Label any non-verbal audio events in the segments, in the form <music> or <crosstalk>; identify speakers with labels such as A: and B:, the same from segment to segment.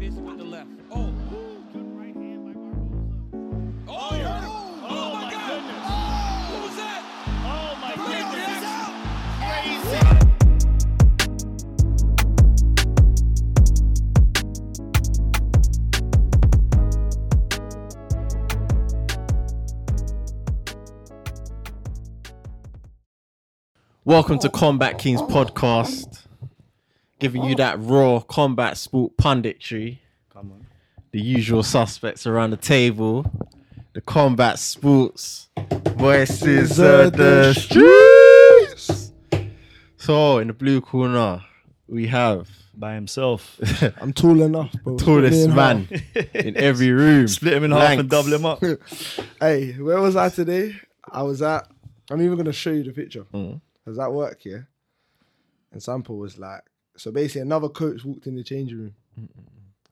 A: left. Oh. Oh, you heard him. Oh,
B: Oh,
A: my
B: my
A: God.
B: goodness.
A: Oh, what was that?
B: Oh my
A: Playoff
B: goodness.
A: action.
C: Welcome to Combat Kings podcast, giving you that raw combat sport punditry. The usual suspects around the table, the combat sports voices of the streets. So, in the blue corner, we have
B: By
D: <laughs>
B: himself.
D: I'm tall enough, bro.
C: tallest
D: Split me
C: man in every room.
B: <laughs> Split him in half and
C: Blanks.
B: double him up.
D: in half. <laughs> hey, where was I today? I was at. I'm even gonna show you the picture.
C: Mm.
D: I was at work here, and Sample was like, so basically another coach walked in the changing room.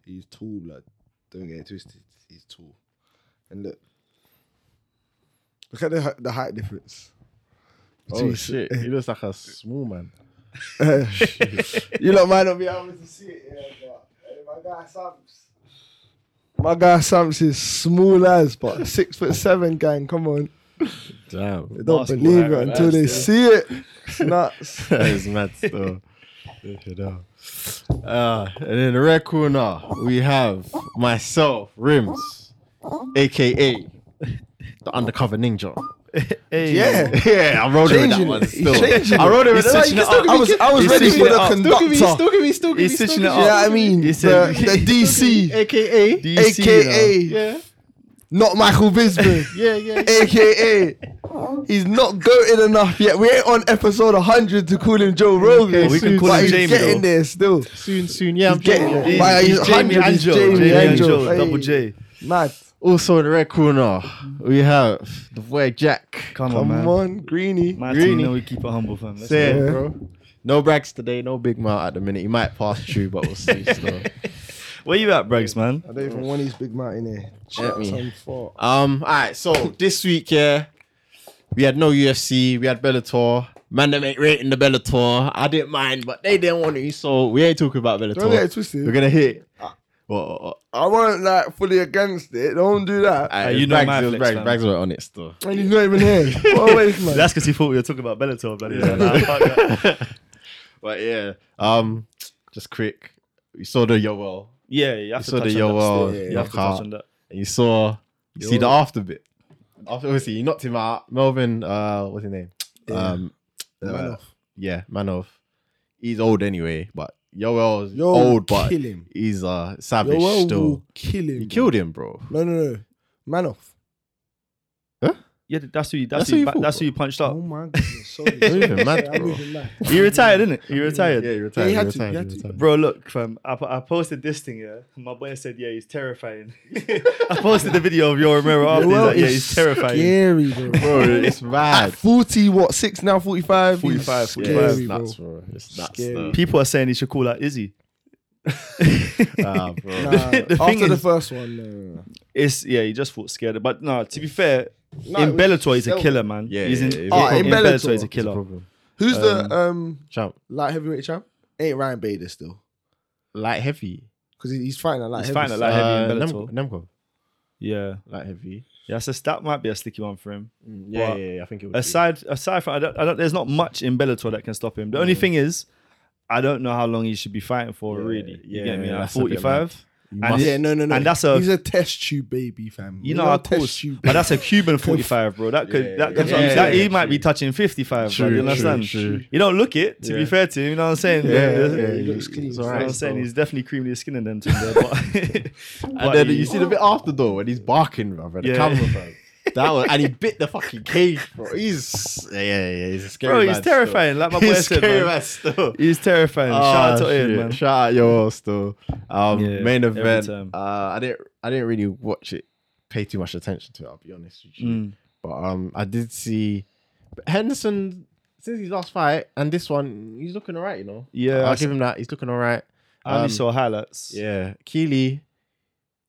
D: He's tall, blood. Don't get it twisted. He's tall, and look, look at the hei- the height difference.
C: Oh shit! He looks like a small man.
D: you lot might not be able to see it, yeah, but hey, my guy Sam's. My guy Sam's is small as, but six foot seven, gang. Come on,
C: Damn,
D: they don't
B: Basketball
D: believe it
B: height,
D: until
B: that's
D: they
B: it.
D: see it. It's nuts.
C: that is mad stuff. You know. Uh, and in the red corner, we have myself, Rims, aka the undercover ninja.
B: Hey.
D: Yeah. <laughs>
C: Yeah, I rolled it with that
D: Changing
C: one
D: it.
C: still.
D: He's changing
C: I rolled it with
B: He's
C: that
B: switching it
C: one.
B: up.
D: I was, I was
B: He's
D: ready
B: switching
D: for
B: it
D: the
B: up.
C: Still give me,
D: conductor.
C: still give me, still give me.
B: He's
C: still
B: switching
C: give
B: it
C: me.
B: up.
D: Yeah, I mean
B: He
D: the, <laughs>
B: said-
D: the DC,
C: aka,
B: DC,
D: AKA.
B: you know.
C: yeah,
D: not Michael Bisbee,
C: yeah, yeah.
D: aka he's not goated enough yet. We ain't on episode 100 to call him Joe Rogan.
C: we can
B: call
D: but
B: him
D: he's
B: Jamie,
D: getting
B: though.
D: there still.
C: Soon, soon, yeah. I'm
D: getting
C: joking.
D: it.
B: He's-
D: Why are you-
B: he's Jamie
D: 100
B: Angel.
D: Jamie
B: Jamie Angel.
D: Angel. Hey.
B: Double J.
D: Mad.
C: Also in the red corner, we have the boy Jack.
B: Come, on,
D: Come
B: man.
D: on, Greeny.
B: My
C: Greeny.
B: team, you know we keep it humble, fam. Let's
C: Say
B: go.
C: it, bro. No brags today, no big mouth at the minute. He might pass through, but we'll see. Still.
D: <laughs>
B: Where you at, Bregs, man?
D: I don't even want his big mouth in there.
C: Let me.
D: Some fart.
C: Um, all right. So this week, yeah, we had no UFC. We had Bellator. Man, they make rating the Bellator. I didn't mind, but they didn't want to. So we ain't talking about Bellator.
D: Don't get it twisted.
C: We're gonna hit. uh, What? what, what?
D: I weren't like fully against it. Don't do that.
C: Alright,
B: Uh, you
C: it was
B: know
C: Brags,
B: my
C: it was
B: flex,
C: Brags,
B: fam.
C: Brags were on it still.
D: and he's not even here. What a waste, man.
B: That's because he thought we were talking about Bellator, bloody.
C: <laughs>
B: hell. Nah, fuck that.
C: But yeah, um, just quick. You saw the Yoel,
B: Yeah, you have
C: You
B: to
C: saw
B: touch
C: the
B: on that.
C: Yoel,
B: still.
C: yeah,
B: You have to
C: Yoel.
B: touch on that.
C: and you saw you see the after bit. After obviously you knocked him out. Melvin, uh, what's his name? Um,
D: Manoff.
C: yeah, Manov. He's old anyway, but Yoel's
D: Yo,
C: old, but
D: kill him.
C: he's uh
D: Yo,
C: savage
D: well,
C: still.
D: will kill him.
C: He killed him, bro.
D: No, no, no. Man off.
B: Yeah, that's who. you-
C: That's
B: That's who.
C: who
B: you
C: you
B: ba-
C: thought,
B: That's who
C: bro.
B: you punched up.
D: Oh my goodness. Sorry.
C: Don't even mad,
D: I'm
C: bro.
D: even mad.
B: You retired, didn't it? You retired.
C: you're
D: Yeah, he had to, he had to.
B: Bro, look, fam. I, po- I posted this thing, yeah. My boy said, yeah, he's terrifying. <laughs> I posted the video of your Romero after. He's
D: Well,
B: like, yeah,
D: it's
B: he's terrifying.
D: Scary, bro. <laughs>
C: Bro, it's mad.
D: 40, what, 6 now, 45?
B: 45,
D: He's
C: Yeah,
B: Scary,
C: it's
D: Scary, bro.
C: nuts, bro. It's nuts.
D: Scary.
C: though.
B: People are saying he should call out Izzy.
C: Ah, bro.
D: <laughs> Nah,
B: The thing
D: after the
B: is-
D: first one, no, no, no.
B: It's yeah, he just fought scared. But no, to be fair,
D: No,
B: in
D: it was
B: Bellator he's a
D: stealth.
B: killer, man.
C: Yeah,
B: he's in,
C: yeah, yeah,
B: in,
D: Ah, in
B: Bellator.
D: Bellator,
B: he's a
D: it's a
B: killer.
C: problem.
D: who's the um
C: Champ,
D: light heavyweight champ? Ain't Ryan Bader still?
C: light heavy.
D: Because he's fighting a light.
B: He's
D: heavy.
B: fighting a Light heavy in
C: Uh,
B: Bellator.
C: Nemco- Nemco,
B: Yeah,
C: light heavy.
B: yeah. So that might be a sticky one for him.
C: Yeah,
B: But
C: yeah, yeah, I think it was.
B: Aside, aside from I don't, I don't, there's not much in Bellator that can stop him. The only thing is, I don't know how long he should be fighting for.
C: Yeah,
B: really, you
C: yeah,
B: get me?
C: yeah,
B: Like
C: that's a bit
B: Forty-five.
C: You
B: And
C: must-
D: Yeah, no, no, no.
B: And that's a-
D: he's a test tube baby, fam. We
B: You know,
D: love
B: of course, but that's a
D: <laughs>
B: Cuban 45, bro. That could,
C: Yeah,
B: that, could
C: yeah,
B: that,
C: yeah,
B: he
C: yeah,
B: might be
C: true.
B: touching 55. True,
C: True,
B: you
C: true,
B: understand?
C: true.
B: You don't look it, to be
C: Yeah.
B: fair to him, you know what I'm saying?
C: Yeah,
B: Yeah,
C: yeah,
B: you
C: yeah,
D: he looks
C: yeah,
D: clean.
C: it's
D: So
B: know
C: alright
B: what I'm saying?
C: still.
B: He's definitely creaming his skin and then
C: <laughs>
B: there, but, <laughs> but
C: And then
B: he-
C: you see the bit after though, when he's barking, bro, the
B: Yeah.
C: camera,
B: <laughs>
C: bro. That was, and he bit the fucking cage, bro. He's yeah, yeah, yeah he's a scary.
B: Bro,
C: man
B: <laughs> he's
C: still.
B: terrifying, like my
C: <laughs>
B: boy
C: he's
B: said,
C: scary
B: man.
C: man still.
B: he's terrifying. Shout out
C: Ah,
B: to him,
C: shit.
B: man.
C: Shout out your still. Um,
B: Yeah,
C: main
B: every
C: event. Uh,
B: time.
C: I didn't, I didn't really watch it, pay too much attention to it. I'll be honest with you,
B: Mm.
C: but um, I did see Henderson since his last fight and this one. He's looking alright, you know.
B: Yeah, I
C: I'll give him that. He's looking alright.
B: I only
C: Um,
B: saw highlights.
C: Yeah, Keely.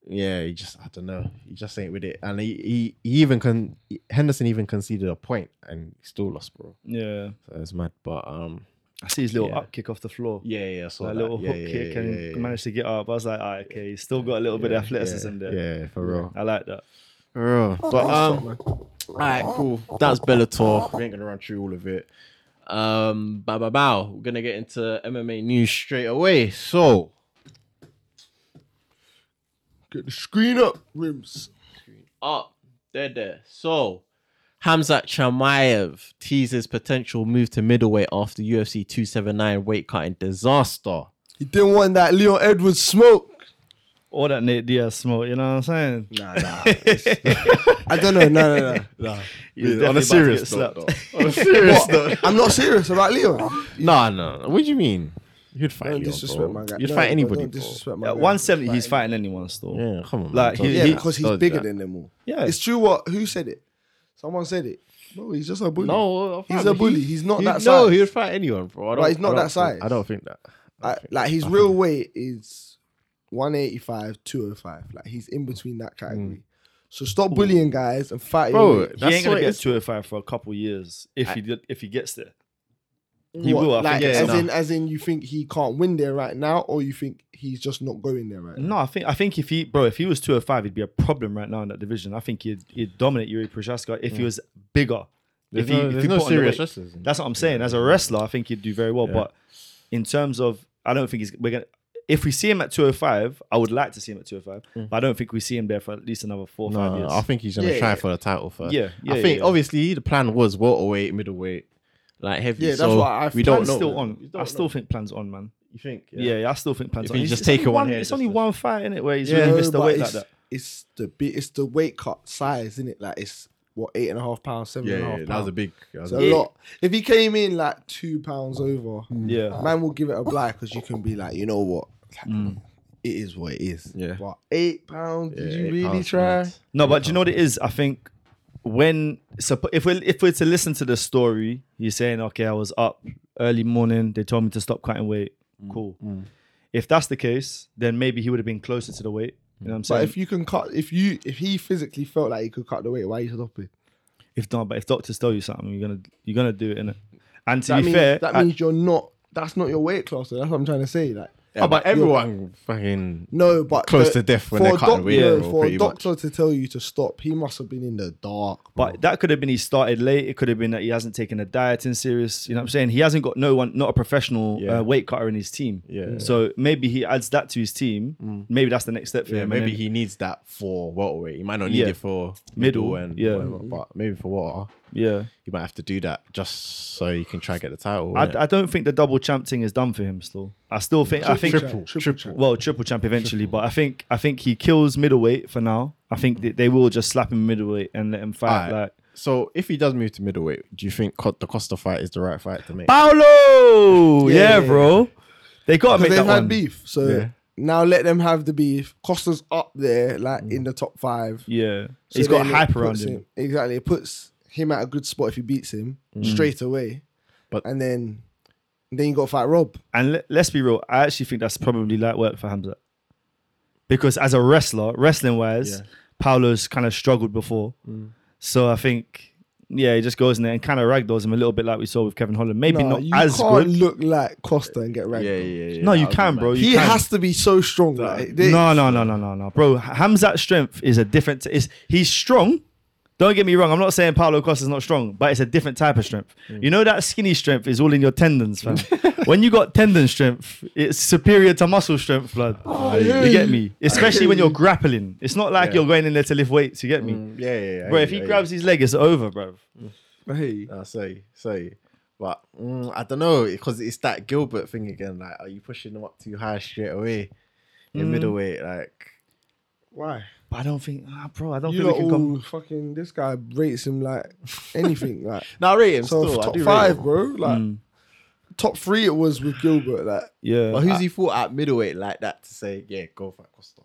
C: Yeah, he just I don't know. He just ain't with it, and he he, he even con Henderson even conceded a point and he still lost, bro.
B: Yeah.
C: So it's mad. But um,
B: I see his little
C: Yeah.
B: up kick off the floor.
C: Yeah, yeah, I saw
B: Like a
C: that.
B: little
C: yeah,
B: hook
C: yeah,
B: kick
C: yeah,
B: and
C: yeah, yeah.
B: managed to get up. I was like, all right, okay, he's still got a little bit
C: Yeah,
B: of athleticism
C: yeah,
B: there. Oh,
C: Yeah, for real.
B: I like that.
C: For real. But um, all right, cool. That's Bellator. We ain't gonna run through all of it. Um, bow, bow, bow. We're gonna get into MMA news straight away. So,
D: Get the screen up, rims.
C: up, there, there. So, Hamzat Chamayev teases potential move to middleweight after UFC 279 weight cutting disaster.
D: He didn't want that Leon Edwards smoke.
B: All that Nate Diaz smoke, you know what I'm saying?
D: Nah, nah. <laughs> I don't know. No, no, no.
B: He was
C: Yeah, on a
B: definitely about to
C: serious
B: get
C: note,
B: slapped. <laughs>
C: though. On a serious note.
D: What? I'm not serious about Leon.
C: No, no. no. What do you mean? You'd fight
D: Don't
C: Leon,
D: disrespect
C: bro.
D: my guy.
C: You'd
D: No,
C: fight
D: no,
C: anybody.
D: Don't
C: bro.
D: disrespect my
B: At
D: guy.
B: 170, he's fighting anyone still.
C: Yeah, come on.
B: Like,
C: man. Don't
B: he-
D: Yeah,
C: do that.
D: because he's
C: Don't do
D: bigger
C: that.
D: than them all.
B: Yeah.
D: It's true. What? Who said it? Someone said it. No, he's just a bully.
C: No, uh,
D: He's a bully. He's not
C: He-
D: that
C: No,
D: size.
C: he would fight anyone, bro. I
D: But
C: don't-
D: he's not
C: I don't
D: that
C: think-
D: size.
C: I don't think that.
D: I, like his real weight is 185, 205. Like he's in between that category. So stop bullying guys and fighting.
C: Bro,
B: He ain't
C: that's
B: gonna
C: what
B: get
C: it's.
B: 205 for a couple years if he did, if he gets there.
D: He
B: will, I
D: Like,
B: think,
D: as
B: yeah.
D: in, as in, you think he can't win there right now, or you think he's just not going there right now?
B: No, I think I think if he bro, if he was 205, he'd be a problem right now in that division. I think he'd he'd dominate Yuri Prochaska if he was bigger.
C: There's
B: if he
C: no-
B: if
C: there's
B: he
C: no
B: put on the
C: serious
B: weight.
C: wrestlers in
B: That's what I'm saying. As a wrestler, I think he'd do very well. But in terms of I don't think he's we're gonna if we see him at 205, I would like to see him at 205, but I don't think we see him there for at least another four or five
C: No,
B: years.
C: Mm. I think he's gonna
D: Yeah,
C: try
D: yeah.
C: for the title first.
B: Yeah, yeah,
C: I think
B: yeah.
C: obviously the plan was welterweight, middleweight, like heavy.
D: Yeah, that's
C: so
D: what I
C: we
D: think.
C: don't
B: Plan's
C: know.
B: still on. I still think plans on, man.
C: You think?
B: Yeah, yeah I still think plans
C: If
B: on.
C: he's
B: It's-
C: just
B: it's only
C: taking one here,
B: It's
C: just-
B: only one fight in it where he's
C: Yeah.
B: really
D: No,
B: missed the
D: but
B: weight like
D: it's,
B: that.
D: It's the bit. It's the weight cut size, isn't it? Like it's what eight and a half pounds, seven
C: yeah,
D: and a half
C: yeah, That was a
D: pounds.
C: big. that was
D: It's a
C: big-
D: lot. If he came in like two pounds over,
B: Yeah,
D: man will give it a black because you can be like, you know what, Like, it is what it is.
C: Mm. Yeah.
D: But eight pounds?
C: yeah,
D: did you
C: eight
D: really
C: pounds,
D: try?
C: man.
B: no, but do you know what it is? I think when so if we are if we're to listen to the story, you're saying okay, I was up early morning. They told me to stop cutting weight. Cool. If that's the case, then maybe he would have been closer to the weight. You know what I'm saying?
D: But if you can cut, if you if he physically felt like he could cut the weight, why are you stopping?
B: If not, but if doctors tell you something, you're gonna you're gonna do it, innit? And to
D: That
B: be
D: means
B: fair,
D: that
B: I-
D: means you're not. That's not your weight class. So that's what I'm trying to say. Like
C: Yeah, but everyone fucking
D: Oh, no, but
C: Close
D: the-
C: to death when
D: for
C: they're
D: a
C: cutting weight,
D: no,
C: bro,
D: for
C: pretty
D: a doctor to tell you to stop, he must have been in the dark. bro.
B: but that could have been he started late. It could have been that he hasn't taken a dieting serious. You know what I'm saying? He hasn't got no one, not a professional
C: Yeah.
B: uh, weight cutter in his team.
C: Yeah.
B: So maybe he adds that to his team. Maybe that's the next step for
C: Yeah,
B: him.
C: maybe
B: And
C: he needs that for welterweight. He might not need
B: Yeah.
C: it for
B: Middle,
C: middle, and
B: yeah.
C: whatever, but maybe for water,
B: then-
C: he might have to do that just so he can try and get the title.
B: yeah. I,
C: innit?
B: I don't think the double champ thing is done for him. Still, I still think I think
D: triple, champ.
B: well triple champ eventually, but I think I think he kills middleweight for now. I think that they will just slap him middleweight and let him fight
C: Alright.
B: like
C: so if he does move to middleweight, do you think Co- the Costa fight is the right fight to make?
B: Paolo.
D: Yeah,
B: Yeah,
D: yeah,
B: bro. They
D: Because
B: gotta make
D: they've
B: that
D: had
B: one.
D: beef. So
C: Yeah.
D: now let them have the beef. Costa's up there, like in the top five.
B: Yeah,
D: So
B: Mm. he's got
D: then it
B: hype around
D: puts
B: him.
D: Exactly. It puts him at a good spot if he beats him
B: Mm.
D: straight away.
C: But-
D: and then then you got to fight Rob.
B: And let, let's be real, I actually think that's probably light work for Hamza, because as a wrestler, wrestling wise,
C: Yeah.
B: Paolo's kind of struggled before.
D: Mm.
B: So I think, yeah, he just goes in there and kind of ragdolls him a little bit, like we saw with Kevin Holland. Maybe
D: Nah,
B: not
D: you
B: as
D: can't
B: good.
D: look like Costa and get ranked.
C: yeah, yeah, yeah.
B: No, you
C: that would
B: can,
C: be
B: bro.
C: mad.
B: You
D: He
B: can.
D: has to be so strong. Like, they-
B: No, no, no, no, no, no, bro. Hamzat's strength is a different. Is he's strong. Don't get me wrong. I'm not saying Paulo Costa's not strong, but it's a different type of strength.
C: Mm.
B: You know that skinny strength is all in your tendons, fam. <laughs> when you got tendon strength, it's superior to muscle strength, blood.
C: Oh,
B: you get me? Especially when you're grappling. It's not like
C: Yeah.
B: you're going in there to lift weights. You get me?
C: Mm, Yeah, yeah, yeah.
B: Bro,
C: I
B: if
C: hear
B: he
C: you, I
B: grabs his leg, it's over, bro.
D: Hey.
C: hear you. Nah, sorry, sorry. But mm, I don't know because it's that Gilbert thing again. Like, are you pushing him up too high straight away
B: Mm.
C: in middleweight? Like,
D: Why?
B: But I don't think, ah, bro. I don't
D: You
B: think
D: lot
B: we can come.
D: all fucking this guy rates him like anything.
B: <laughs>
D: Like
C: no, I rate him
D: so
C: still. I
D: top
C: do rate
D: five,
C: him.
D: bro. Like
B: Mm.
D: top three it was with Gilbert. Like
B: Yeah.
C: But who's he fought at middleweight like that to say, yeah, go for Costa?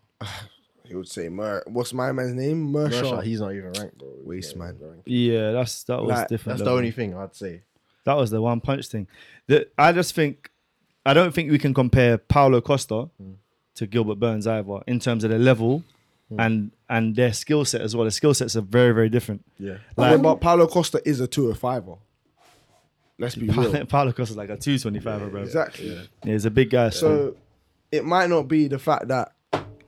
D: he would say Mer what's my man's name?
C: Russia,
D: Mershaw.
C: he's not even ranked, bro. He's
D: Waste
C: not even
D: man.
C: ranked.
B: yeah, that's that was
D: Like,
B: different.
C: That's the
B: level.
C: only thing I'd say.
B: That was the one punch thing. The, I just think I don't think we can compare Paulo Costa
E: Mm.
B: to Gilbert Burns either in terms of their level
E: Mm.
B: and and their skill set as well. Their skill sets are very very different.
C: Yeah.
D: Like, but Paulo Costa is a two or five. Let's be
B: <laughs> Paulo,
D: real.
B: Paulo Costa's like a 225, bro.
D: Exactly.
B: Yeah, he's a big guy. So,
D: So it might not be the fact that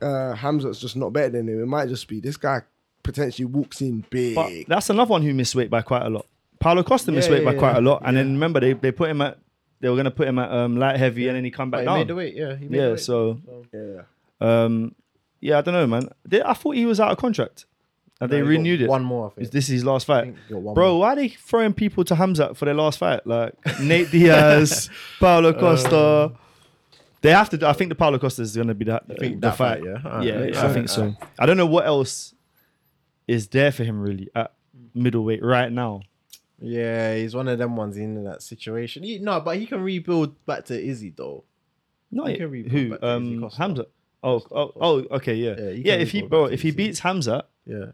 D: uh, Hamza's just not better than him. It might just be this guy potentially walks in big.
B: but that's another one who missed weight by quite a lot. Paulo Costa missed
E: Yeah,
B: weight by
E: yeah,
B: quite
E: yeah.
B: a lot, and then remember they, they put him at they were gonna put him at um, light heavy, and then he come
E: But
B: back
E: he
B: down.
E: made the weight, yeah. He made the
B: yeah,
E: weight.
B: so
D: yeah.
B: um, yeah, I don't know, man. They, I thought he was out of contract, and they
E: No, he got
B: renewed it.
E: One more, I think.
B: Is this his last fight?
E: think he got one
B: Bro,
E: more.
B: why are they throwing people to Hamza for their last fight? Like Nate
C: <laughs>
B: Diaz,
C: Uh,
B: Paulo Costa. they have to. do- I think the Paulo Costa is going to be that,
C: think
B: the
C: that
B: fight.
C: fight, yeah? Alright,
B: yeah,
C: makes
B: I think so. I don't know what else is there for him really at middleweight right now.
C: Yeah, he's one of them ones in that situation. He, no, but he can rebuild back to Izzy though.
B: Not
C: He
B: yet.
C: can rebuild
B: who
C: back to Izzy
B: um,
C: Costa.
B: Hamza. Oh, oh, oh, okay, yeah,
C: Yeah,
B: yeah.
C: he can
B: if he
C: rebuild
B: bro,
C: back to
B: if he
C: Izzy.
B: beats Hamza,
C: Yeah,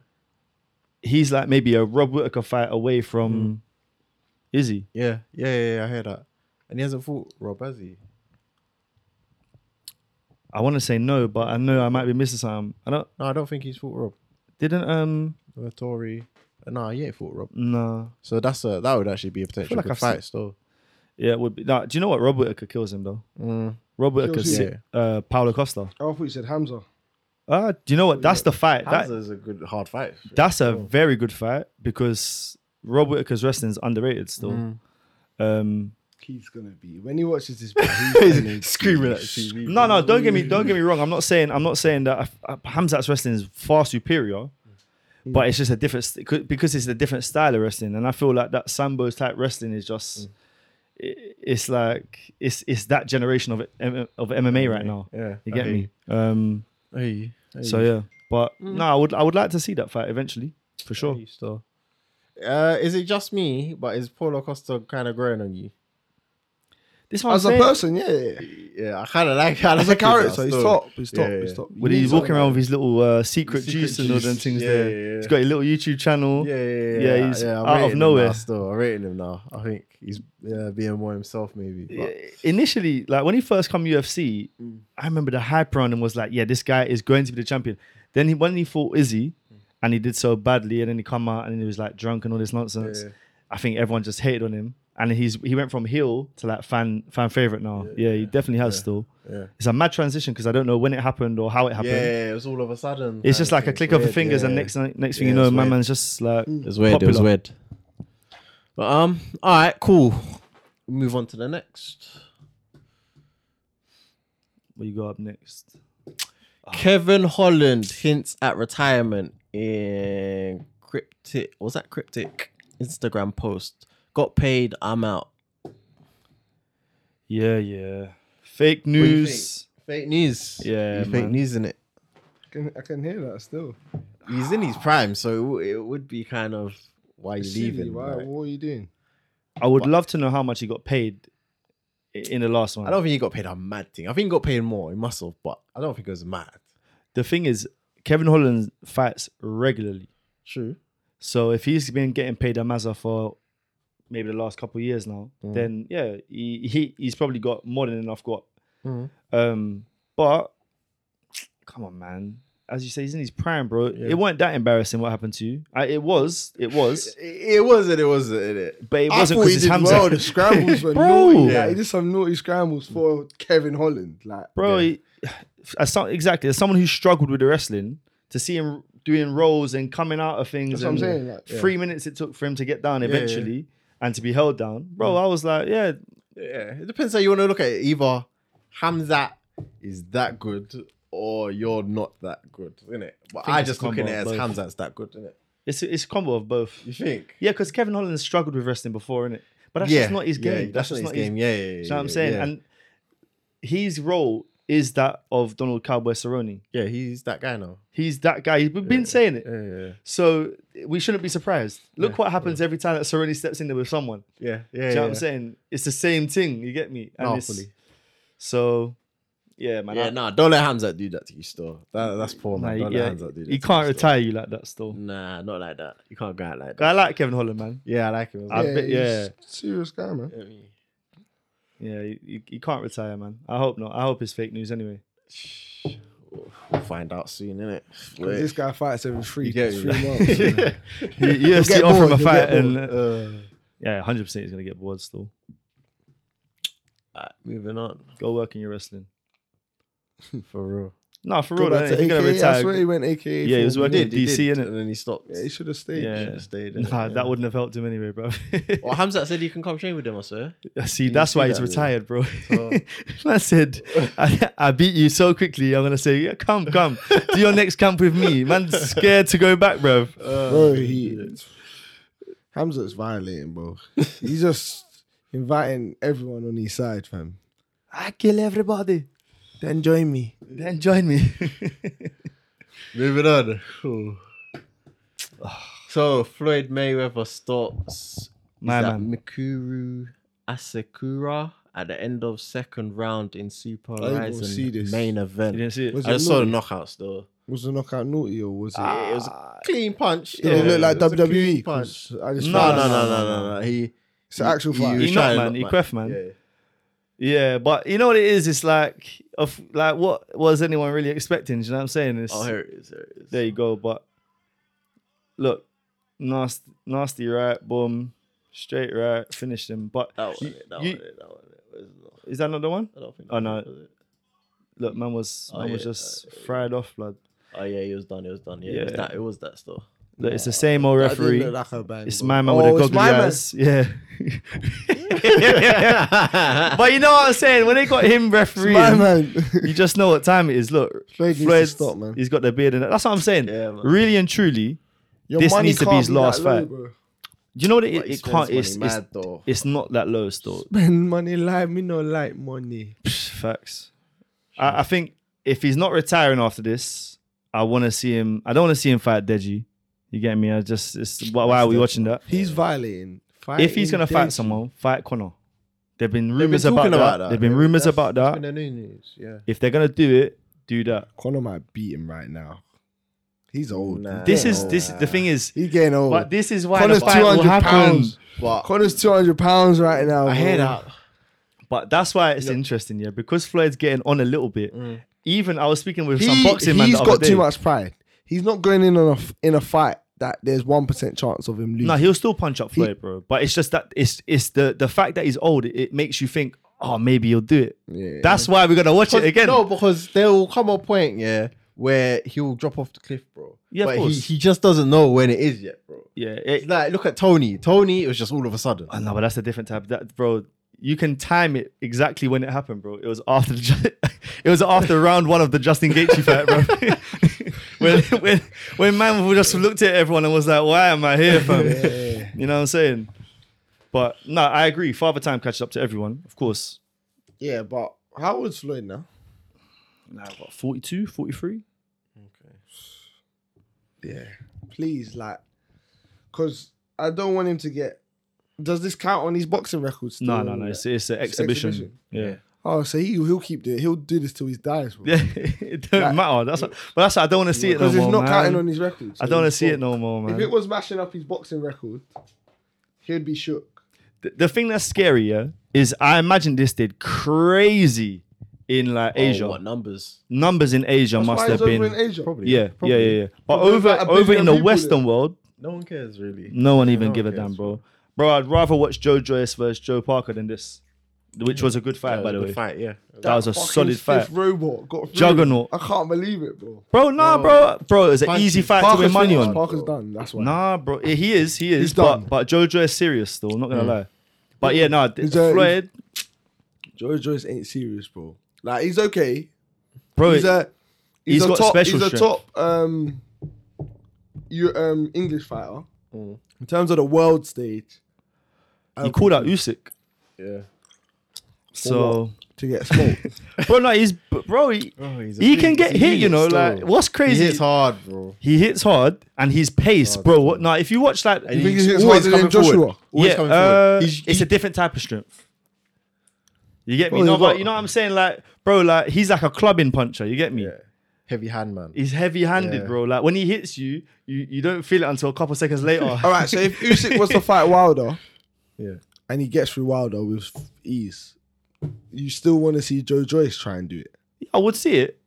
B: he's like maybe a Rob Whitaker fight away
C: Mm.
B: from Izzy.
C: yeah, yeah, yeah, yeah. I hear that. And he hasn't fought Rob, has he?
B: I want to say no, but I know I might be missing something. I don't.
C: No, I don't think he's fought Rob.
B: Didn't um.
C: Or Tory. No, he ain't fought Rob.
B: No.
C: So that's a that would actually be a potential
B: like
C: good
B: I've
C: fight still.
B: Yeah, it would be. Nah, do you know what? Rob Whitaker kills him though. Rob Whitaker,
D: Kills
C: who?
B: si- uh, Paulo Costa.
D: Oh, I thought you said Hamza.
B: Ah, do you know what? That's the fight. That,
C: Hamza's a good hard fight.
B: that's a very good fight because Rob Whitaker's wrestling is underrated still. Um,
D: He's gonna be when he watches <laughs> this. he's
C: <laughs>
D: gonna
C: Screaming at the
D: be-
C: TV.
B: no, no, don't get me, don't get me wrong. I'm not saying, I'm not saying that uh, Hamzat's wrestling is far superior,
C: Mm.
B: but it's just a different st- because it's a different style of wrestling, and I feel like that Sambo's type wrestling is
C: Mm.
B: just. i- It's like it's it's that generation of M- of MMA right now.
C: Yeah,
B: You get
C: I hear
B: me? Um,
C: you. I hear you. I hear
B: So
C: you.
B: yeah, but no, I would I would like to see that fight eventually for
C: I hear
B: sure.
C: you still. Uh, is it just me? But is Paulo Costa kind of growing on you?
B: This
D: As
B: one's
D: a person, yeah, yeah. yeah.
C: Yeah, I kind of like. I
D: As a
C: like it now
D: character, he's
C: still.
D: top. He's top.
C: Yeah, yeah.
D: He's top.
B: When he's walking around with his little uh, secret,
C: Secret
B: juice and all them
C: juice.
B: things
C: Yeah,
B: there,
C: yeah, yeah.
B: he's got a little YouTube channel.
C: Yeah, yeah, yeah.
B: Yeah, he's
C: I'm
B: out of
C: rating him
B: nowhere.
C: now still, I'm rating him now. I think he's yeah, being more himself, maybe. But Mm.
B: I- Initially, like when he first come UFC, I remember the hype around him was like, yeah, this guy is going to be the champion. Then he when he fought Izzy,
C: Mm.
B: and he did so badly, and then he come out and he was like drunk and all this nonsense.
C: Yeah.
B: I think everyone just hated on him, and he's he went from heel to like fan fan favorite now. Yeah, he definitely has still.
C: yeah.
B: It's a mad transition because I don't know when it happened or how it happened.
C: yeah, it was all of a sudden.
B: It's
C: kind
B: just
C: of
B: like a
C: thing.
B: click
C: It's
B: of the
C: weird,
B: fingers,
C: yeah.
B: and next next thing
C: Yeah,
B: you know,
C: it's
B: my
C: weird. Mm.
B: man's just like
C: It was weird. It was
B: popular.
C: weird. But um, all right, cool. Move on to the next.
B: What you got up next?
C: Ah. Kevin Holland hints at retirement in cryptic. Was that cryptic? Instagram post. Got paid. I'm out.
B: Yeah, yeah. Fake
C: What do you
B: news.
C: think? Fake news.
B: Yeah,
C: fake
B: man.
C: news in it.
D: I can, I can hear that still.
C: He's in his prime, so it, w- it would be kind of why you
D: It's silly,
C: leaving.
D: why-
C: like-
D: What are you doing?
B: I would love to know how much he got paid i- in the last one.
C: I don't think he got paid a mad thing. I think he got paid more. He must have, but I don't think it was mad.
B: the thing is, Kevin Holland fights regularly,
C: True.
B: so if he's been getting paid a mazza for maybe the last couple of years now,
D: Mm.
B: then yeah, he, he he's probably got more than enough got.
D: Mm.
C: Mhm.
B: Um, but come on, man. As you say, he's in his prime, bro.
C: Yeah.
B: It wasn't that embarrassing what happened to you. I, it was,
D: <laughs>
B: it was.
C: It, it wasn't. It wasn't. It,
B: But it
D: I
B: wasn't
D: thought
B: because
D: he
B: it's
D: did
B: Hamza.
D: well. The
B: <laughs>
D: scrambles were
B: Bro.
D: naughty.
C: Yeah.
D: Like, he did some naughty scrambles for Kevin Holland. Like,
B: Bro, he- as some, exactly. As someone who struggled with the wrestling, to see him doing rolls and coming out of
D: That's
B: things.
D: what I'm
B: and
D: saying, like, yeah.
B: three minutes it took for him to get down
C: yeah, Mm. yeah.
B: eventually and to be held down. Bro, I was like, yeah,
C: Yeah. It depends how you want to look at it. Either Hamza is that good, or you're not that good, innit? But
B: think
C: I
B: it's
C: just look at it
B: combo,
C: as
B: both.
C: Hamza's that good, innit?
B: it's it's a combo of both.
C: You think?
B: Yeah, because Kevin Holland struggled with wrestling before, innit? But that's just not his
C: yeah,
B: game.
C: that's,
B: just
C: not his game. yeah, yeah, yeah.
B: You know what I'm
C: yeah,
B: saying?
C: yeah.
B: And his role is that of Donald Cowboy Cerrone.
C: yeah, he's that guy now.
B: He's that guy. He's been saying it.
C: Yeah, yeah,
B: So we shouldn't be surprised. Look what happens every time that Cerrone steps in there with someone.
C: yeah. yeah,
B: Do you know what
C: yeah.
B: I'm saying? It's the same thing. You get me?
C: No,
B: it's-
C: fully.
B: so, yeah, man.
C: Yeah,
B: I-
C: nah, don't let Hamza do that to you, still. That, that's
D: Oh
C: poor, man.
B: nah,
C: don't
B: yeah,
C: let Hamza do that.
B: he
C: to
B: can't
C: you, still.
B: retire you like that. Still,
C: Nah, not like that. You can't go out like that.
B: I like Kevin Holland, man.
C: Yeah, I like him.
B: I
C: As
B: bet-
D: he's
B: yeah.
D: a serious guy, man.
C: well.
B: Yeah, he, he- he can't retire, man. I hope not. I hope it's fake
D: <laughs>
B: news anyway. <laughs>
C: We'll find out soon, innit?
D: This guy fights every three,
C: You get me? <laughs>
D: three months.
B: you you
D: get
B: see off
D: bored,
B: from a
D: you'll get
B: fight
D: bored.
B: and uh, Yeah, hundred percent. He's gonna get bored still.
D: Uh,
B: uh,
C: Alright, moving on.
B: Go work in your wrestling.
C: For real.
B: Nah, for
D: Go
B: real.
D: back
B: Like,
D: to
B: if you're gonna
D: AKA, I swear he
B: retire.
D: went AKA.
B: Yeah, he
D: for
B: was
D: a
B: working-
D: minute.
B: did, he DC, did, innit?
C: And then he stopped.
D: Yeah, he should have stayed.
B: Yeah.
C: Should've stayed in it,
B: Nah,
C: yeah.
B: that wouldn't have helped him anyway, bro. <laughs>
C: Well, Hamzat said you can come train with them, I swear.
B: See,
C: you
B: that's
C: see
B: why
C: that, Oh.
B: he's
C: dude?
B: retired, bro. <laughs> I said, I, I beat you so quickly. I'm gonna say, yeah, come, come, do your next camp with me. Man's scared to go back, bro.
D: Bro, he Hamza's violating, bro. He's just inviting everyone on his side, fam. I kill everybody. Then join me.
B: Then join <laughs> me.
C: Moving on. <sighs> Ooh. so Floyd Mayweather stops
B: My
C: is that
B: man.
C: Mikuru Asakura at the end of second round in Super
D: didn't even see
C: Rising
D: this.
C: main event.
B: You didn't see it?
D: Was
C: I
D: it
C: just saw the
D: naughty?
C: knockouts though.
D: Was the knockout naughty or
B: Ah,
D: was it?
C: it was a clean punch.
D: Did Ah. it look like
C: was a clean
D: WWE?
C: punch.
D: E, 'Cause I just
B: No,
C: No,
D: found
C: no,
D: out.
C: no, no, no, no. He
D: It's an actual
C: He-
D: fight.
B: He
C: was
B: knocked
C: trying to
B: man, he
C: knock
B: quef man. Yeah. but you know what it is? It's like, of like, what was anyone really expecting? Do you know what I'm saying? It's,
C: Oh, here it is. Here it is.
B: there you go. But look, nasty, nasty right, boom, straight right, finished him. But
C: That one.
B: you-
C: it, That
B: you-
C: one. it, That one. it. Where's the-
B: is that not the one?
C: I don't think.
B: Oh,
C: that
B: no.
C: was it.
B: Look, man was
C: Oh,
B: man was
C: yeah,
B: just
C: uh,
B: fried off, blood.
C: Oh yeah, he was done. He was done. Yeah, It, was
B: Yeah.
C: that, it was that still.
B: Look, it's the same old
D: That Oh. didn't
B: referee.
D: look like a bang,
B: It's
D: bro.
B: my man
D: Oh,
B: with the
D: it's my
B: goggly
D: man.
B: eyes.
D: <laughs>
B: <laughs> Yeah. <laughs> but you know what I'm saying? When they got him refereeing,
D: My man. <laughs>
B: you just know what time it is. Look,
D: Floyd needs to
B: Floyd's-
D: stop, man.
B: He's got the beard, and that's what I'm saying.
C: Yeah, man.
B: really and truly,
D: Your
B: This
D: money
B: needs to be
D: can't
B: his
D: that
B: last
D: low,
B: fight.
D: bro.
B: do you know what it,
C: But
B: it,
C: he
B: it
C: spends
B: can't?
C: money
B: It's, it's,
C: mad, though.
B: it's not that low still.
D: Spend money like me, no like money.
B: Psh, Facts. I, I think if he's not retiring after this, I want to see him. I don't want to see him fight Deji. You get me? I just it's why, why are we watching that?
D: He's violating.
B: If
D: Fighting
B: he's gonna fight
D: Deji.
B: someone, fight Connor. There've been
C: They've been
B: rumors
C: talking
B: about, that. There've been
C: Yeah,
B: rumors
C: that's-
B: about
C: that's
B: that.
C: been the new news. Yeah.
B: If they're gonna do it, do that.
D: Conor might beat him right now. He's old.
C: Nah.
B: This
D: Yeah.
B: is this. The thing is,
D: He's getting old.
B: but this is why
D: Connor's
B: the fight will
D: 200
B: happen.
D: pounds.
C: But
D: Connor's 200 pounds right now.
C: I hear
D: bro.
C: that.
B: But that's why it's interesting, yeah, because Floyd's getting on a little bit. Even I was speaking with some
D: He,
B: boxing man.
D: has
B: the other
D: got
B: day.
D: too much pride. He's not going in on a, f- in a fight that there's 1% chance of him losing.
B: No, he'll still punch up Floyd, bro. But it's just that it's it's the the fact that he's old. It, it makes you think, oh, maybe he'll do it.
D: Yeah.
B: That's why we're gonna watch it again.
C: No, because there will come a point, yeah, where he will drop off the cliff, bro.
B: Yeah, of
C: but
B: course.
C: He, he just doesn't know when it is yet, bro.
B: Yeah,
C: It's
B: it,
C: Like, look at Tony. Tony, it was just all of a sudden.
B: I know, Oh, but that's a different type. That bro, you can time it exactly when it happened, bro. It was after the, Ju- <laughs> it was after round one of the Justin Gaethje fight, bro. <laughs> when when when man just looked at everyone and was like, why am I here, fam? You know what I'm saying? But no, I agree. Father time catches up to everyone, of course.
D: Yeah, but how old is Floyd now?
B: Nah, what, 42, 43?
D: Yeah. Please, like, because I don't want him to get. Does this count on his boxing records?
B: No,
D: still?
B: no, no. It's, it's an exhibition.
D: exhibition.
B: Yeah.
D: Oh, so he, he'll keep doing He'll do this till he dies. Bro.
B: <laughs> Yeah, it don't
D: Like-
B: matter. That's what, but that's what I don't want to see it no
D: Because
B: more.
D: it's not
B: man.
D: counting on his record.
B: I
D: so
B: don't want to
D: he's
B: see it
D: fucked.
B: no more, man.
D: If it was mashing up his boxing record, he'd be shook.
B: the, the thing that's scary, yeah, is I imagine this did crazy in like
C: Oh,
B: Asia.
C: what numbers?
B: Numbers in Asia
D: That's
B: must
D: why
B: have
D: he's
B: been.
D: over in Asia.
C: Probably.
B: Yeah, yeah,
C: Probably.
B: yeah, yeah. But
D: Probably
B: over
D: about a
B: over
D: billion
B: in the
D: people
B: Western
D: then.
B: world,
C: No one cares, really.
B: no one even
C: one
B: give a damn,
C: cares,
B: bro. Bro, I'd rather watch Joe Joyce versus Joe Parker than this, which was a good fight,
C: Yeah,
B: by the
C: good
B: way.
C: fight, yeah.
B: That was a
D: fucking
B: solid
D: stiff
B: fight.
D: Robot got through.
B: Juggernaut.
D: I can't believe it, bro.
B: Bro, nah, bro, bro, it was an
C: Punch
B: easy
C: you.
B: fight to
D: Parker's
B: win money
D: finished.
B: on.
D: Parker's done. That's why.
B: Nah, bro, eh, he is, he is.
D: He's
B: But
D: done. Mm.
B: but Joe Joyce serious still, not gonna lie. But yeah, no,
D: He's a-
B: Floyd,
D: Joe Joyce ain't serious, bro. Like he's okay.
B: bro,
D: He's a he's,
B: he's
D: a
B: got
D: top
B: special
D: he's a
B: strength.
D: top um you um English fighter
B: Mm.
D: in terms of the world stage
B: he called out Usyk.
C: Yeah.
B: So,
D: to get
B: <laughs>
D: smoked.
B: bro, no, he's bro. He,
C: Oh, he's a
B: he
C: big-
B: can get
C: he's a
B: hit,
C: unit
B: you know.
C: still.
B: Like, what's
C: He
B: crazy?
C: hits hard, bro.
B: He hits hard and his pace, bro. What now? If you watch like,
C: And
D: you think
C: he's
D: he hits
C: always
D: harder than
C: coming forward.
D: Joshua?
C: Always
B: yeah,
C: coming forward.
B: uh,
C: He's-
B: it's a different type of strength. You get me?
D: Bro,
B: no,
D: he's got-
B: but you know what I'm saying, like, bro, like he's like a clubbing puncher. You get me?
C: Yeah. Heavy hand, man.
B: He's heavy-handed,
C: Yeah.
B: bro. Like when he hits you, you you don't feel it until a couple seconds
C: <laughs>
B: later. <laughs>
D: All right, so if Usyk was to fight Wilder
C: Yeah.
D: and he gets through Wilder with ease, you still want to see Joe Joyce try and do it.
B: I would see it.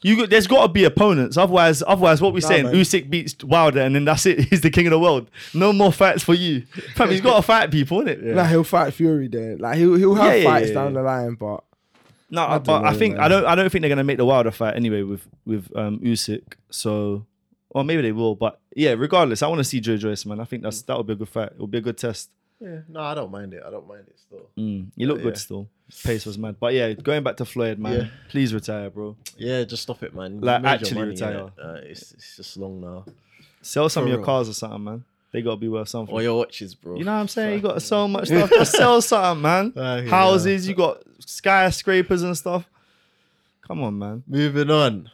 B: You got, there's got to be opponents, otherwise, otherwise, what we
D: Nah,
B: saying?
D: man.
B: Usyk beats Wilder, and then that's it. <laughs> He's the king of the world. No more fights for you, fam. He's got to fight people, innit?
D: Nah, he'll fight Fury then. Like he'll he'll have
B: Yeah, yeah,
D: fights
B: yeah,
D: down
B: yeah.
D: the line, but
B: No,
D: I
B: I,
D: don't
B: but I
D: know,
B: think I
D: man.
B: don't. I don't think they're gonna make the Wilder fight anyway with with um, Usyk. So, or maybe they will. But yeah, regardless, I want to see Joe Joyce, man. I think that's that would be a good fight. It would be a good test.
C: Yeah, no, I don't mind it. I don't mind it still.
B: Mm, he looked
C: yeah.
B: good still. His pace was mad. But yeah, going back to Floyd, man.
C: Yeah.
B: Please retire, bro.
C: Yeah, just stop it, man. You
B: Like,
C: made your
B: actually retire.
C: innit? Uh, it's, it's just long now.
B: Sell some
C: For
B: of your
C: real.
B: cars or something, man. They gotta be worth something.
C: Or your watches, bro.
B: You know what I'm saying? You got so much stuff to
D: <laughs>
B: sell something, man.
C: Ah, yeah.
B: Houses, you got skyscrapers and stuff. Come on, man.
C: Moving on.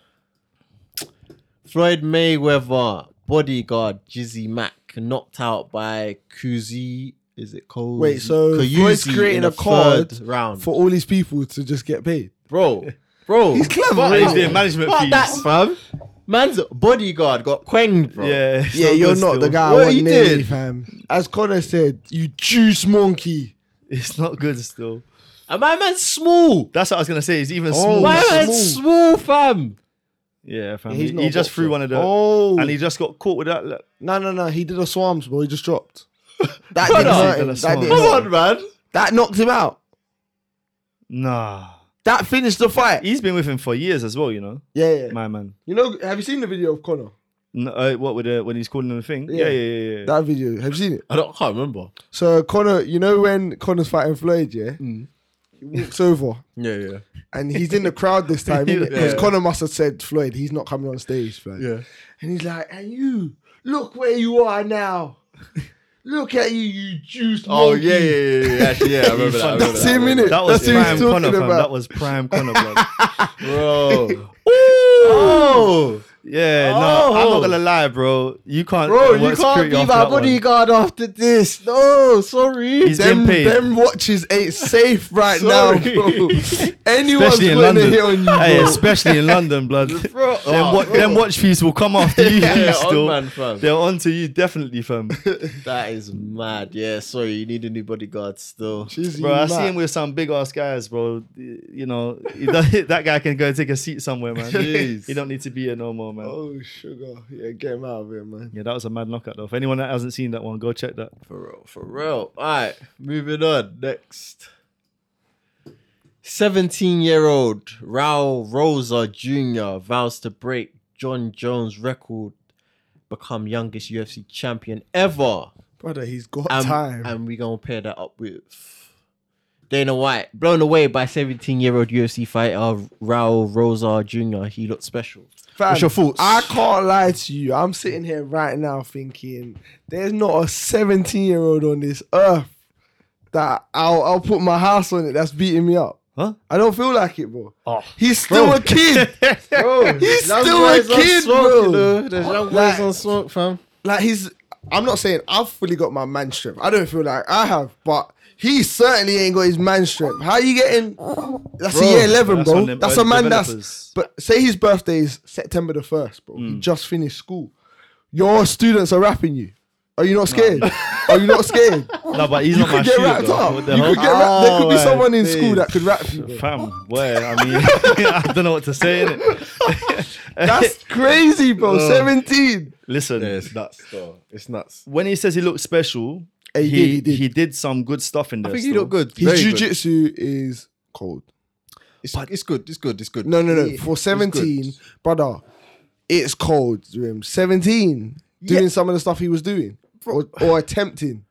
C: Floyd Mayweather, bodyguard Jizzy Mack, knocked out by Kuzi. Is it called?
D: Wait, so Floyd's creating a card
B: Um,
C: round.
D: for all these people to just get paid.
C: <laughs> bro, bro. He's
D: clever,
B: But
D: Wow.
B: he's doing management
C: Fuck
B: fees.
C: that, fam. Man's bodyguard got quanged, bro.
B: Yeah, it's
D: Yeah,
B: not
D: you're
B: good
D: not the
B: still.
D: guy I
C: What
D: want
C: he
D: near me,
C: did?
D: fam. As Connor said, you juice monkey.
B: <laughs> It's not good still.
C: And my man's small.
B: That's what I was gonna say. He's
D: Oh,
B: even smaller.
C: My
D: He's
C: man's small, fam.
B: Yeah, fam.
D: He's
B: he
D: not
B: he
D: a
B: just
D: boxer.
B: threw one of the,
D: Oh,
B: and he just got caught with that. Look.
D: no, no, no. He did a swamps, bro. He just
B: <laughs>
D: dropped. That
C: Brother.
D: didn't hurt
B: He did
D: him. That,
B: a
D: didn't
B: swamp.
C: Come
D: hurt
C: on,
D: him.
C: man.
D: that knocked him out.
B: Nah,
D: That finished the fight.
B: he's been with him for years as well. You know,
D: Yeah, yeah.
B: my man.
D: You know, have you seen the video of Connor?
B: No, uh, what with the when he's calling him a thing? Yeah, yeah,
D: Yeah.
B: yeah. yeah,
D: That video. Have you seen it?
C: I don't can't remember.
D: So Connor, you know when Connor's fighting Floyd, yeah, he walks over
C: Yeah, yeah,
D: and he's in the crowd
B: <laughs>
D: this time because
C: Yeah.
D: Connor must have said Floyd, he's not coming on stage, Floyd. And he's like, and you, look where you are
B: <laughs>
D: now. Look at you, you juiced
C: Oh
D: monkey."
C: yeah, yeah, yeah, yeah. Actually, yeah, I remember that. I remember
D: That's
C: that, I
D: him,
C: remember
D: innit?
B: That was
D: That's who he's
B: prime
D: talking
B: Connor, fam.
D: about.
B: That was prime
D: <laughs>
B: Connor, blood.
C: that. bro.
D: Oh,
B: Yeah, no, I'm
C: Oh.
B: not gonna lie, bro. You can't, uh,
D: bro,
B: work
D: you can't
B: security
D: be my
B: after that one.
D: bodyguard after this. No, sorry.
B: He's
D: them,
B: getting paid.
D: them watches ain't safe right now,
B: <laughs>
C: Sorry.
D: bro. Anyone's
B: Especially in
D: going to
B: London,
D: hit on you, bro.
B: hey, especially in London, blood.
C: Bro,
B: them, wa- them watch fees will come after you.
C: Yeah,
B: still.
C: on man, fam.
B: They're onto you, definitely, fam.
C: That is mad. Yeah, sorry, you need a new bodyguard still.
D: Jeez,
B: Bro,
D: you
B: I
D: mad.
B: see him with some big ass guys, bro. You know, he don't- <laughs> that guy can go take a seat somewhere, man.
C: Jeez.
B: He don't need to be here no more, man.
D: Oh, sugar. Yeah, get him out of here, man.
B: Yeah, that was a mad knockout, though. If anyone that hasn't seen that one, go check that.
C: For real, for real. All right, moving on. Next. 17 year old Raul Rosa Jr. vows to break John Jones' record, become youngest UFC champion ever.
D: Brother, he's got
B: Um,
C: and,
D: time.
C: And we're gonna pair that up with Dana White, blown away by 17 year old UFC fighter Raul Rosa Jr. He looked special.
D: Fam,
C: What's your thoughts?
D: I can't lie to you. I'm sitting here right now thinking there's not a 17 year old on this earth that I'll, I'll put my house on it that's beating me up.
B: Huh?
D: I don't feel like it, bro.
B: Oh.
D: He's still a kid.
C: Bro,
D: He's still a kid, bro.
C: There's young boys
D: Like-
C: on smoke, fam.
D: like he's. I'm not saying I've fully got my man strength. I don't feel like I have, but he certainly ain't got his man strength. How you getting? That's
C: Bro,
D: a year 11,
B: that's
D: bro.
B: on them
D: that's a
B: early
D: man
B: developers. Mm.
D: that's. But say his birthday is September the first, bro. He just finished school. Your students are rapping you. Are you not scared? are you not
B: <laughs>
D: scared?
B: No, but he's
D: You
B: not my
D: could get
B: shooter,
D: wrapped
B: though.
D: up.
B: What
D: You
B: the hell?
D: could get wrapped. There could be
C: Oh,
D: someone in
C: I see.
D: school that could rap you. bro.
B: Fam, where? I mean, <laughs> I don't know what to say, innit?
D: <laughs> That's crazy, bro.
B: Oh.
D: Seventeen.
B: <laughs> Listen,
C: nuts, though. It's nuts.
B: when he says he looked special,
D: Hey, he
B: he,
D: did, he did.
B: some good stuff in there.
C: I think
B: still.
C: he looked good.
D: His
C: Very good.
D: jujitsu is cold.
C: It's, it's good. It's good. It's good.
D: No, no, no.
C: Yeah,
D: For
C: it's
D: 17,
C: good.
D: brother, it's cold to him. 17, doing some of the stuff he was doing or, or attempting.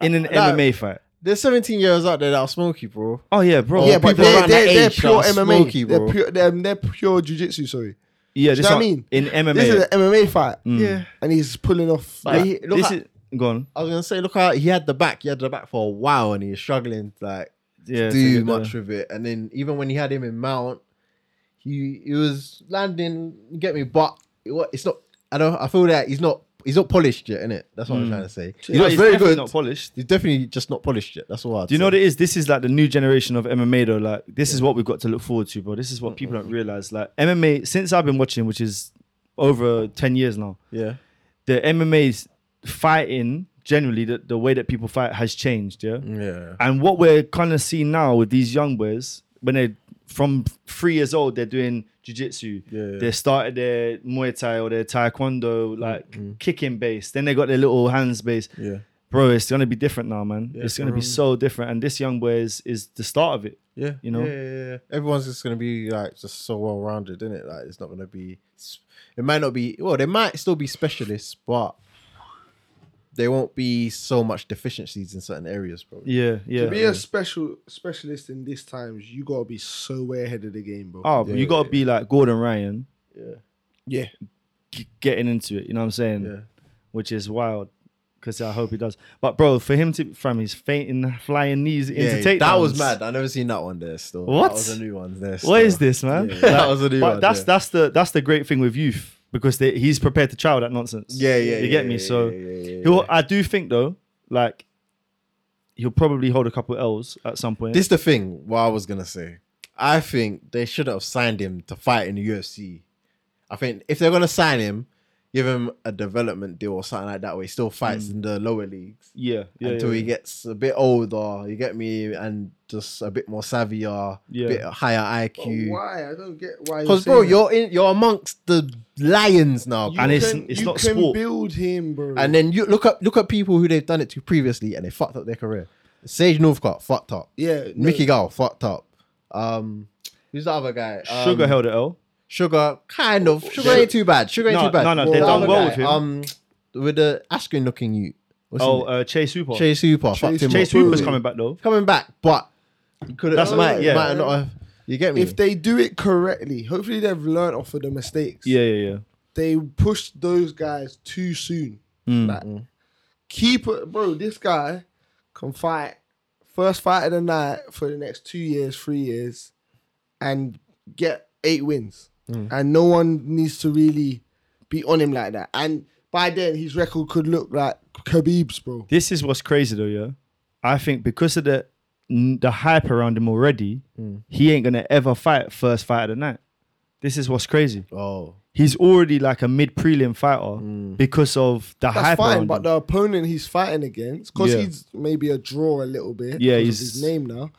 B: in an
C: Nah.
B: MMA fight.
C: There's 17 years out there that are smoky, bro.
B: Oh yeah, bro.
D: yeah, but
C: people
D: they're,
C: around that
D: they're, they're
C: age that
D: pure
C: are
D: MMA.
C: smoky, bro.
D: they're pure, they're, they're pure jujitsu, sorry.
B: yeah. This
D: know what I
B: one-
D: mean?
B: in MMA.
D: This is an MMA fight.
C: Yeah.
D: And he's pulling off.
C: Like,
D: like,
C: look
B: this
C: at-
B: is go on.
D: Oh,
C: I was gonna say, look how he had the back. He had the back for a while, and he was struggling to like
B: Yeah, to
C: do
B: get the-
C: much with it. And then even when he had him in mount, he he was landing. You get me? But it wa- it's not. I don't. I feel that he's not. He's not polished yet, innit? That's
D: Hmm.
C: what I'm trying to say. He
B: No,
C: looks
B: he's
C: very
B: definitely
C: good.
B: Not polished.
C: he's definitely just not polished yet. That's all. I'd
B: Do you know
C: say.
B: what it is? This is like the new generation of MMA though. Like this is what we've got to look forward to, bro. This is what people don't realize. Like MMA, since I've been watching, which is over ten years now,
C: Yeah.
B: the MMA's fighting generally the, the way that people fight has changed. Yeah.
C: Yeah.
B: And what we're kind of seeing now with these young boys when they from three years old they're doing jujitsu.
F: Yeah.
B: They started their Muay Thai or their Taekwondo like kicking base. Then they got their little hands base.
F: Yeah.
B: Bro, it's gonna be different now, man. it's
F: it's
B: gonna be
F: wrong.
B: so different. And this young boy is is the start of it.
F: Yeah,
B: You know?
F: yeah, yeah, yeah. everyone's just gonna be like just so well rounded, isn't it? Like it's not gonna be. It might not be. Well, there might still be specialists, but there won't be so much deficiencies in certain areas, bro.
B: Yeah, yeah.
D: To be a special specialist in these times, you gotta be so way ahead of the game, bro.
B: oh, you gotta be like Gordon Ryan
D: yeah.
B: g- getting into it. You know what I'm saying?
F: Yeah.
B: Which is wild. Because I hope he does. But bro, for him to from his fainting flying knees into
F: that
B: takedowns.
F: was mad. I never seen that one there. Still,
B: What?
F: That was a new one there.
B: What is
F: still.
B: this, man?
F: Yeah, that was a new
B: but
F: one.
B: that's
F: yeah.
B: that's the that's the great thing with youth because they, he's prepared to trial that nonsense.
F: Yeah, yeah,
B: you
F: yeah,
B: get me.
F: yeah,
B: so
F: yeah, yeah, yeah,
B: he'll,
F: yeah.
B: I do think though, like he'll probably hold a couple L's at some point.
F: This is the thing. What I was gonna say. I think they should have signed him to fight in the UFC. I think if they're gonna sign him, give him a development deal or something like that, where he still fights in the lower leagues
B: yeah, Hmm. yeah,
F: until
B: yeah,
F: he gets a bit older. You get me, and just a bit more savvier,
B: Yeah.
F: bit higher
D: But
F: IQ.
D: Oh, why? I don't get why.
F: Because
D: saying
F: bro,
D: that.
F: you're in, you're amongst the lions now.
D: You
B: And it's-
D: can-
B: it's
D: you
B: not
D: can
B: sport.
D: Build him, bro.
B: Mm.
F: And then you look up look at people who they've done it to previously and they fucked up their career. Sage Northcott fucked up.
D: Yeah, no.
F: Mickey Gall fucked up. Um who's the other guy? Um,
B: Sugar held it L.
F: Sugar kind of. Sugar ain't too bad. Sugar ain't
B: No,
F: too bad.
B: no, no,
F: The
D: they've done
F: other
B: well with him.
F: Um with the Askin looking you. What's his
B: Oh,
F: name?
B: uh, Chase Hooper. Chase,
F: Chase Hooper. fucked him up.
B: Hooper's coming back though.
F: coming back, but you could
B: That's
F: have
B: right, yeah.
F: might not have you get me?
D: if they do it correctly, hopefully they've learned off of the mistakes.
B: Yeah, yeah, yeah.
D: they pushed those guys too soon. Like, keep it, bro. This guy can fight first fight of the night for the next two years, three years, and get eight wins. And no one needs to really be on him like that. And by then, his record could look like Khabib's, bro.
B: This is what's crazy though, yeah. I think because of the the hype around him already, he ain't gonna ever fight first fight of the night. This is what's crazy.
F: oh.
B: he's already like a mid prelim fighter because of the
D: That's
B: hype.
D: fine,
B: around
D: but
B: him.
D: the opponent he's fighting against, because
B: Yeah.
D: he's maybe a draw a little bit.
B: Yeah,
D: 'cause of
B: he's-
D: his name now.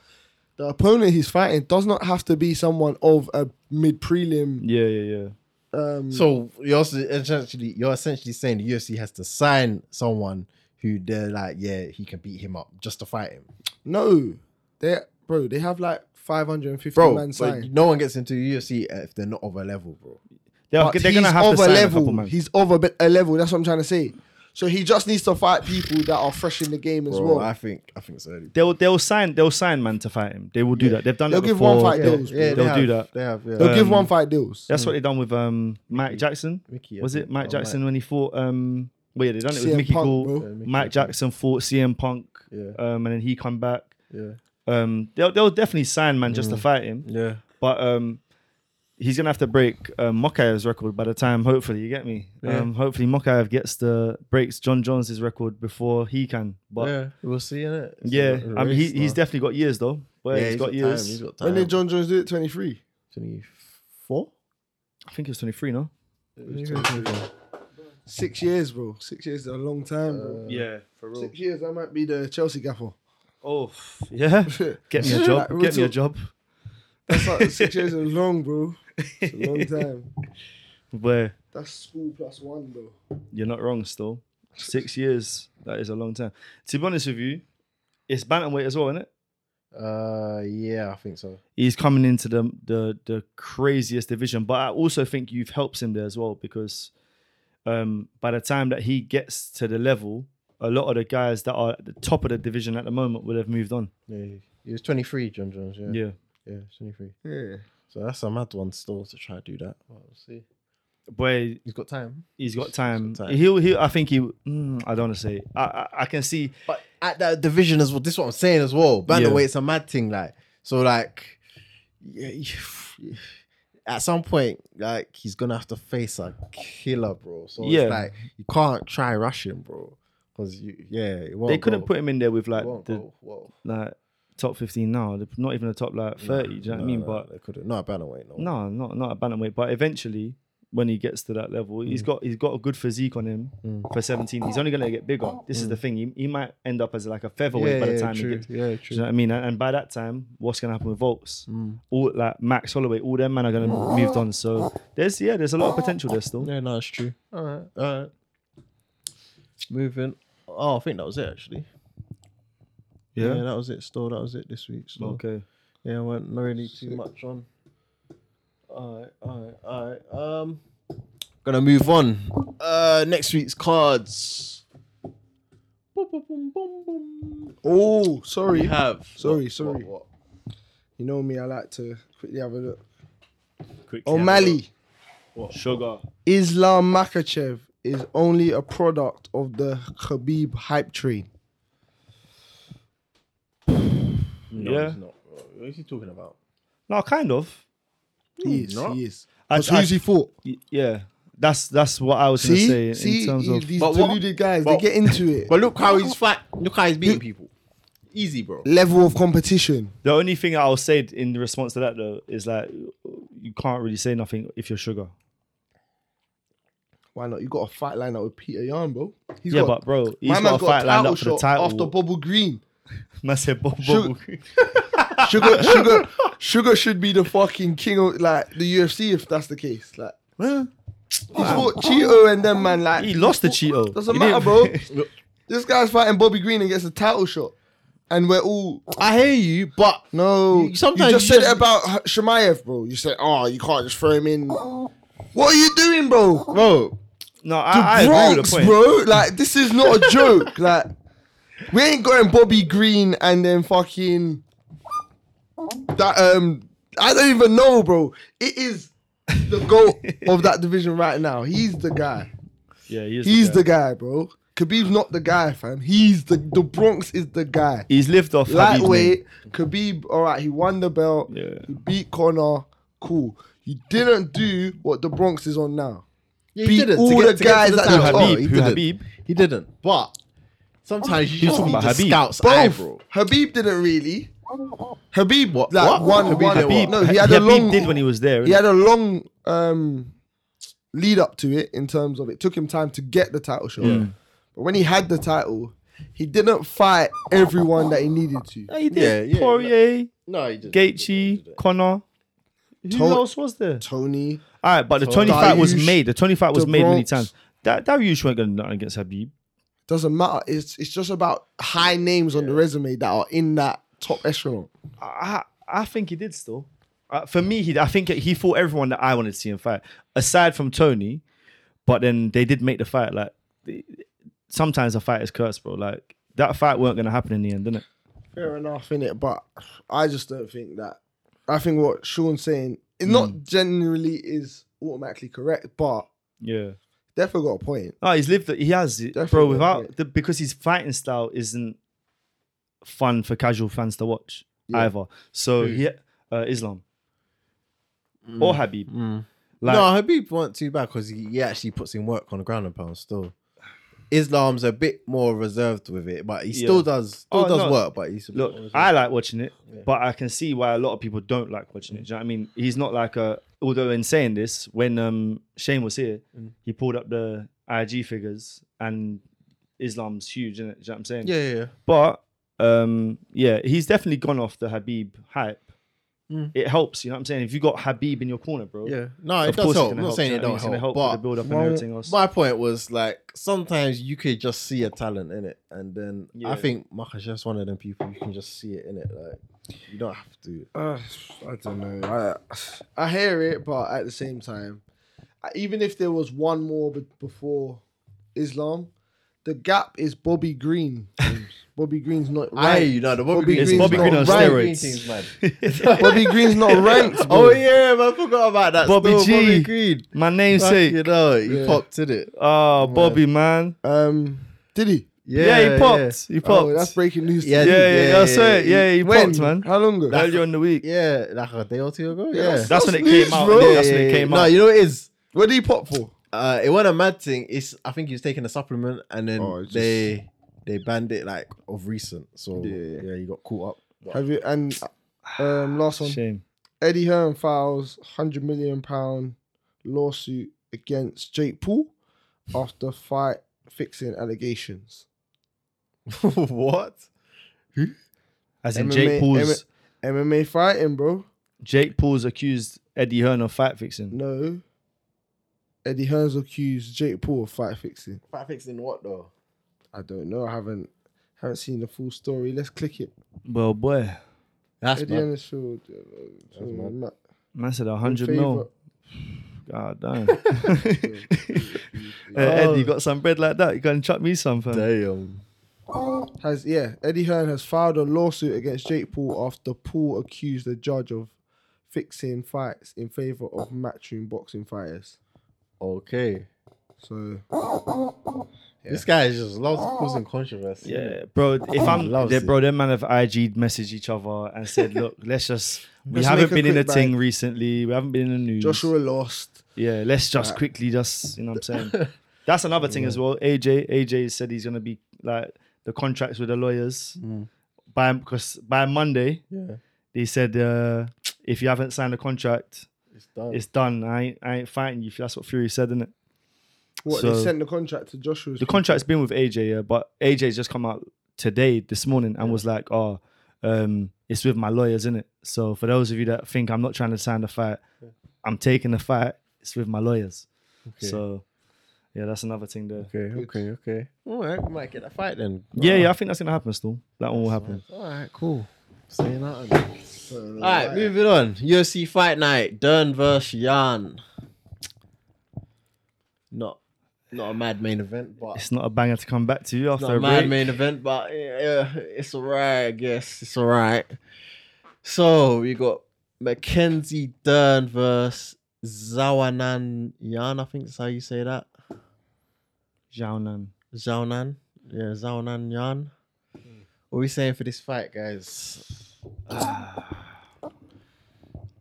D: The opponent he's fighting does not have to be someone of a mid prelim
B: yeah, yeah, yeah.
D: um,
F: So you're also essentially you're essentially saying the UFC has to sign someone who they're like, yeah, he can beat him up just to fight him.
D: no, they bro, they have like 550 man
F: but
D: signed.
F: no one gets into the UFC if they're not of a level, bro.
B: They're,
D: But
B: they're gonna
D: he's
B: have to
D: of
B: sign
D: a
B: a
D: level.
B: couple man.
D: he's of a, bit, a level. That's what I'm trying to say. So he just needs to fight people that are fresh in the game as
F: Bro,
D: well.
F: I think I think so. They'll
B: They'll they'll sign they'll sign man to fight him. They will do that. They've done
D: They'll
B: that
D: give
B: before.
D: one fight
B: They'll-
D: deals, bro. Yeah,
B: they'll do that.
F: They have, yeah.
D: They'll give
B: Um,
D: one fight deals.
B: That's what they done with um Mike Jackson.
F: Mickey, I
B: was it
F: think.
B: Mike
F: Oh,
B: Jackson when he fought um? Well, yeah, they done it with
D: CM
B: Mickey
D: Punk,
B: Gall.
D: bro. Yeah,
F: Mickey,
B: Mike Jackson fought CM Punk.
F: Yeah.
B: Um, and then he come back.
F: yeah,
B: Um, they'll they'll definitely sign man just to fight him.
F: yeah.
B: But um, he's gonna have to break um, Mokaev's record by the time. Hopefully, you get me.
F: Yeah.
B: Um, hopefully, Mokaev gets the breaks John Jones's record before he can. But yeah,
F: yeah, we'll see in it.
B: I mean, he, he's definitely got years though. Well, he's got, years.
F: He's got time.
D: when did John Jones do it? 23.
F: 24?
B: I think he was 23, no?
D: Six years, bro. Six years is a long time, bro.
B: Yeah, for real.
D: Six years, I might be the Chelsea gaffer.
B: Oh, yeah. Get me a job.
D: Like, we're
B: Get me a
D: talk-
B: job.
D: That's like six years is long, bro. It's a long time.
B: Where
D: That's school plus one, bro.
B: you're not wrong still. Six years. That is a long time. To be honest with you, it's bantamweight as well, isn't it?
F: Uh, yeah, I think so.
B: he's coming into the the the craziest division. But I also think youth helps him there as well because um, by the time that he gets to the level, a lot of the guys that are at the top of the division at the moment will have moved on.
F: Yeah, he was 23, John Jones. Yeah,
B: Yeah,
F: yeah, 23.
D: Yeah.
F: So that's a mad one still to try to do that. Well, we'll see.
B: boy,
F: He's got time.
B: he's got time.
F: got time.
B: He'll he. I think he. Mm, I don't want to say. I, I I can see.
F: But at that division as well, this is what I'm saying as well. By the
B: Yeah.
F: way, it's a mad thing. Like, so like yeah, <sighs> you- at some point, like he's gonna have to face a killer, bro. So
B: Yeah.
F: it's like you can't try rushing, bro. Because you yeah, it won't
B: They couldn't
F: go.
B: put him in there with like
F: it won't
B: the
F: go. Whoa.
B: like top fifteen now. They're Not even the top like thirty. do you know what I
F: No,
B: mean?
F: no,
B: But
F: they couldn't. Not a bantamweight, no.
B: no, not not at bantamweight. But eventually, when he gets to that level. He's
D: Mm.
B: got he's got a good physique on him for 17. He's only gonna get bigger. This is the thing. He, he might end up as like a featherweight by the time he
D: true.
B: gets.
D: Mm. Yeah,
B: Do you know
D: true.
B: what I mean? And, and by that time, what's gonna happen with Volts?
D: Mm.
B: All like Max Holloway, all them men are gonna move moved on. So there's yeah, there's a lot of potential there still.
F: Yeah, no, it's true. All right, all right. Moving. Oh, I think that was it actually. Yeah, that was it. Store, that was it this week. Store.
B: Okay.
F: Yeah, weren't really too much on. Alright, alright, alright. Um, gonna move on. Uh, next week's cards. Boom, boom, boom, boom, boom.
D: Oh,
F: We
D: sorry.
F: have.
D: Sorry,
F: what-
D: sorry.
F: what-
D: You know me, I like to quickly have a look.
B: Quick.
D: O'Malley,
B: Sugar.
D: Islam Makachev is only a product of the Khabib hype train.
F: No,
B: Yeah.
F: he's not. What is he talking about?
B: No, kind of.
D: He is,
F: not.
D: he is.
B: I-
D: 'Cause who's
B: I-
D: he for?
B: Y- Yeah. That's that's what I was gonna
D: See,
B: say in,
D: see,
B: in terms
D: he-
B: of
D: these
F: But what-
D: deluded guys,
F: but-
D: they get into it.
F: But look how he's fight. Look how he's beating people. Easy, bro.
D: Level of competition.
B: The only thing I'll say in response to that though is like you can't really say nothing if you're sugar.
D: Why not? You got a fight lined up with Peter Yarn, bro. He's
B: yeah,
D: got,
B: but bro, he's
D: my
B: got a
D: man's
B: fight lined up for
D: title shot
B: the title.
D: after Bobble Green.
B: Man said, "Bob,
D: Sugar-
B: Bob."
D: Sugar, sugar, sugar should be the fucking king of like the UFC if that's the case. Like
B: Well,
D: he fought Cheeto and them man. Like
B: he lost the Cheeto.
D: Doesn't
B: <laughs> He
D: matter,
B: didn't-
D: bro. this guy's fighting Bobby Green and gets a title shot, and we're all
F: I hear you, but
D: no.
F: You- sometimes
D: you just
F: you
D: said
F: just-
D: it about Shemaev, bro. You said, oh, you can't just throw him in. What are you doing, bro?
F: bro,
B: No, I, I agree with
D: Bronx,
B: the point.
D: bro. Like this is not a joke. <laughs> like we ain't going Bobby Green and then fucking that. Um, I don't even know, bro. It is the goat of that division right now. He's the guy.
B: Yeah, he is
D: He's
B: the.
D: the guy, bro. Khabib's not the guy, fam. He's the the Bronx is the guy.
B: guy. He's lived off Habib's name.
D: Lightweight, Khabib. All right, he won the belt.
B: Yeah.
D: He beat Connor. Cool. You didn't do what the Bronx is on now.
F: yeah,
D: Beat
F: didn't.
D: all the guys that-
F: title.
D: Who
F: Oh,
B: Habib,
F: he
B: who
F: didn't.
B: Habib?
F: He didn't. But sometimes you just
B: talking
F: need
B: about
F: the
B: Habib?
F: scouts
D: Both.
F: eye, bro.
D: Habib didn't really. Habib
F: What-
D: Like,
F: what?
D: One,
F: Habib
D: one,
F: did what?
D: No, he had a
B: Habib
D: long.
B: did when he was there.
D: he had a long um, lead up to it in terms of it took him time to get the title shot. But when he had the title, he didn't fight everyone that he needed to.
B: yeah, he
F: did.
B: did.
F: Yeah, yeah.
B: Poirier,
F: No, he didn't.
B: Gaethje, Connor. Who
D: Tony-
B: else was there?
D: Tony,
B: All right, but the Tony
D: Dariush,
B: fight was made. The Tony fight was
D: the
B: made many
D: Bronx.
B: times. That Dariush weren't going to nothing against Habib.
D: doesn't matter. It's it's just about high names on the resume that are in that top echelon.
B: I I think he did still. Uh, for me, he I think he fought everyone that I wanted to see him fight, aside from Tony. But then they did make the fight. Like the- sometimes a fight is cursed, bro. Like that fight weren't gonna happen in the end, didn't it?
D: Fair enough, in it, but I just don't think that. I think what Sean's saying is not generally is automatically correct, but
B: Yeah.
D: definitely got a point.
B: No, he's lived. He has, bro.
D: Definitely, yeah.
B: Without the, because his fighting style isn't fun for casual fans to watch
D: Yeah.
B: either. So
F: Who?
B: he uh, Islam or Habib. Like,
F: no, Habib weren't too bad because he, he actually puts in work on the ground and pound still. Islam's a bit more reserved with it, but he still
B: Yeah.
F: does still
B: Oh,
F: does
B: no.
F: work. But he's a bit
B: Look,
F: more reserved.
B: I like watching it, but I can see why a lot of people don't like watching it. Do you know what I mean? He's not like a. Although in saying this, when um, Shane was here, he pulled up the IG figures, and Islam's huge, innit? Do you know what I'm saying?
F: yeah, yeah, yeah.
B: But um, yeah, he's definitely gone off the Habib hype. It helps, you know what I'm saying? If you got Habib in your corner, bro.
F: yeah. No, it
B: of
F: does
B: course it's
F: help. I'm
B: gonna
F: not
B: help,
F: saying
B: do
F: it
B: you know
F: don't
B: what I mean?
F: help,
B: It's gonna
F: but
B: help with the build up and
D: my-
B: everything else.
F: My point was like sometimes you could just see a talent in it, and then I
B: Yeah.
F: think Makashev's one of them people you can just see it in it. Like you don't have to.
D: Uh, I don't know. I, I hear it, but at the same time, I- even if there was one more be- before Islam, the gap is Bobby Green. Bobby Green's not
F: I
D: ranked.
F: you know the Bobby,
D: Bobby
B: it's
D: Green's
B: Bobby
D: not
B: Green on
D: right.
B: steroids.
D: Bobby Green's
F: <laughs>
D: not ranked. Bro.
F: Oh yeah, man, I forgot about that.
B: Bobby
F: still, Bobby
B: G.
F: Green.
B: My
F: Fuck, You
B: namesake.
F: know, he
D: Yeah.
F: popped in it.
B: Oh, Bobby, man.
D: Um, did he?
B: Yeah, he popped. He popped.
D: Oh, that's breaking news. to
F: Yeah,
D: me.
B: yeah, yeah,
F: Yeah,
B: yeah, I swear.
F: yeah,
B: Yeah, he
D: when?
B: popped, man.
D: How long ago?
B: Earlier in the week.
F: Yeah, like a day or two
D: Yeah,
F: ago. Yeah,
D: that's-
B: That's when it
D: news,
B: came out.
D: bro.
B: innit?
F: Yeah,
B: That's when
F: yeah,
B: it came
F: yeah.
B: out.
F: No, you know what it is.
D: What did he pop for?
F: Uh, it wasn't a mad thing. It's I think he was taking a supplement, and then
D: Oh, it's just-
F: they they banned it like of recent. So
D: Yeah,
F: yeah,
D: yeah.
F: he got caught up.
D: Have you and um last one?
B: Shame.
D: Eddie Hearn files hundred million pound lawsuit against Jake Paul after fight fixing allegations.
F: <laughs> what?
B: As in Jake Paul's
D: MMA fighting, bro.
B: Jake Paul's accused Eddie Hearn of fight fixing.
D: No. Eddie Hearn's accused Jake Paul of fight fixing. Fight fixing what though? I don't know. I haven't haven't seen the full story. Let's click it.
B: Well, boy,
F: That's
D: Eddie
F: mad.
D: Hennisfield.
B: man said hundred mil.
D: <laughs>
B: God damn. <laughs> Uh, Eddie, you got some bread like that? You can chuck me some, fam.
F: Damn.
D: has yeah, Eddie Hearn has filed a lawsuit against Jake Paul after Paul accused the judge of fixing fights in favor of matching boxing fighters.
F: Okay.
D: So
F: This guy is just loves
D: Oh.
F: causing controversy.
B: Yeah, bro. If I'm,
F: Loves
B: they,
F: it.
B: bro, them man have IG messaged each other and said, "Look, let's just we
D: Let's make
B: haven't
D: a
B: been in a
D: quick
B: thing
D: bag."
B: recently. We haven't been in the news.
D: Joshua lost.
B: Yeah, let's just quickly just you know what I'm saying. That's another thing as well. AJ AJ said he's gonna be like the contracts with the lawyers by because by Monday
F: Yeah.
B: they said uh, if you haven't signed a contract,
F: It's done.
B: it's done. I ain't, I ain't fighting you. That's what Fury said, innit?
D: What
B: So-
D: they sent the contract to Joshua's
B: The contract's been with AJ, yeah, but AJ's just come out today, this morning, and was like, "Oh, um, it's with my lawyers, innit?" So for those of you that think I'm not trying to sign the fight, I'm taking the fight. It's with my lawyers. So yeah, that's another thing there.
F: okay, okay, okay. All right, we might get that fight then.
B: Yeah, yeah, I think that's gonna happen still. That one will happen.
F: All right, cool. Staying out. All right, moving on. UFC Fight Night, Dern versus Jan. Not, not a mad main event, but
B: It's not a banger to come back to you after
F: not
B: a
F: a mad
B: break.
F: main event, but yeah, it's all right, I guess. It's all right. So you got Mackenzie Dern versus Zawanan Yan. I think that's how you say that.
B: Zhao Nan.
F: Zhaonan. Yeah, Zhaonan Yan. What are we saying for this fight, guys? <sighs>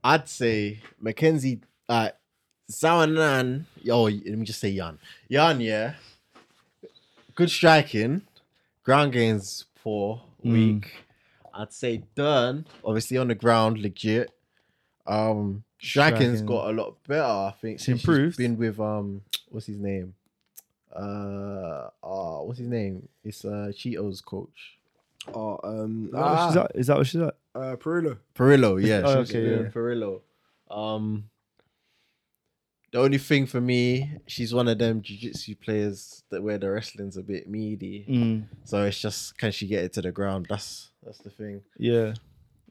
F: I'd say Mackenzie, uh, Zhaonan. Oh, let me just say Yan. Yan, yeah. Good striking. Ground gains poor, weak. I'd say Dern, obviously on the ground, legit. Um, striking's
B: Striking.
F: got a lot better, I think.
B: It's
F: since she's
B: improved.
F: Been with um, what's his name? uh, uh what's his name? It's uh Cheetos coach.
D: Oh, um,
B: Is that what she's
D: ah,
B: at? Is that what she's at?
D: uh, Perillo.
F: Perillo, yeah.
B: Oh,
F: she's
B: okay,
F: doing
B: yeah.
F: Perillo. Um the only thing for me, she's one of them jiu-jitsu players that where the wrestling's a bit meaty.
B: Mm,
F: So it's just can she get it to the ground? That's that's the thing.
B: yeah.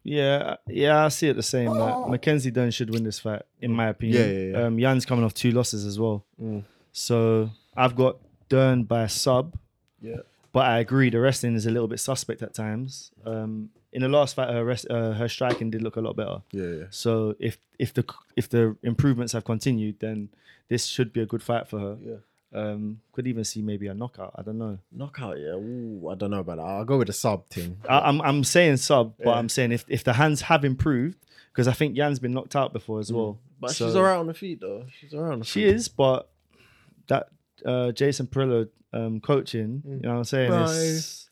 B: Yeah, yeah, I see it the same. That Mackenzie Dunn should win this fight, in my opinion.
F: Yeah, yeah, yeah.
B: Um, Jan's coming off two losses as well.
F: Mm.
B: So I've got Dern by sub,
F: Yeah.
B: but I agree the wrestling is a little bit suspect at times. Um, in the last fight, her rest, uh, her striking did look a lot better.
F: Yeah, yeah.
B: So if if the if the improvements have continued, then this should be a good fight for her.
F: Yeah.
B: Um, could even see maybe a knockout. I don't know.
F: Knockout, yeah. Ooh, I don't know about that. I'll go with the sub thing.
B: I, I'm I'm saying sub, but
F: Yeah.
B: I'm saying if, if the hands have improved, because I think Yan's been knocked out before as well.
F: Mm. But
B: So-
F: she's alright on the feet though. She's alright on the
B: She
F: feet.
B: is, but that uh, Jason Perillo um, coaching,
F: Mm.
B: you know what I'm saying? it's-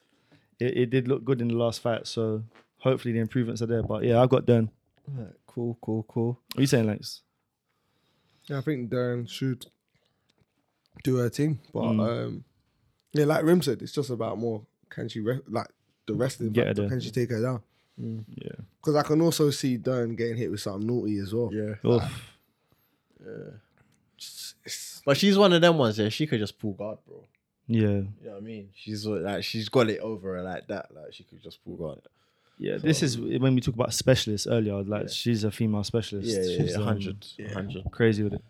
B: It, it did look good in the last fight, so hopefully the improvements are there. But yeah, I've got done.
F: Alright, Cool, cool, cool.
B: What are you saying, Lex?
D: Yeah, I think Darren should do her thing, but
B: Mm.
D: um, yeah, like Rim said, it's just about more. Can she re- like the wrestling?
B: Get her
D: factor,
B: there. Mm.
D: can she take her down? Mm.
B: Yeah.
D: Because I can also see Darren getting hit with something naughty as well.
F: Yeah.
B: Oof.
F: But she's one of them ones, yeah. She could just pull guard, bro.
B: Yeah.
F: You know what I mean? She's what- like she's got it over her like that. Like she could just pull guard.
B: Yeah. This is when we talk about specialists earlier, like she's a female specialist.
F: Yeah, yeah,
B: she's
F: yeah,
B: um,
F: 100, 100.
B: Crazy with it.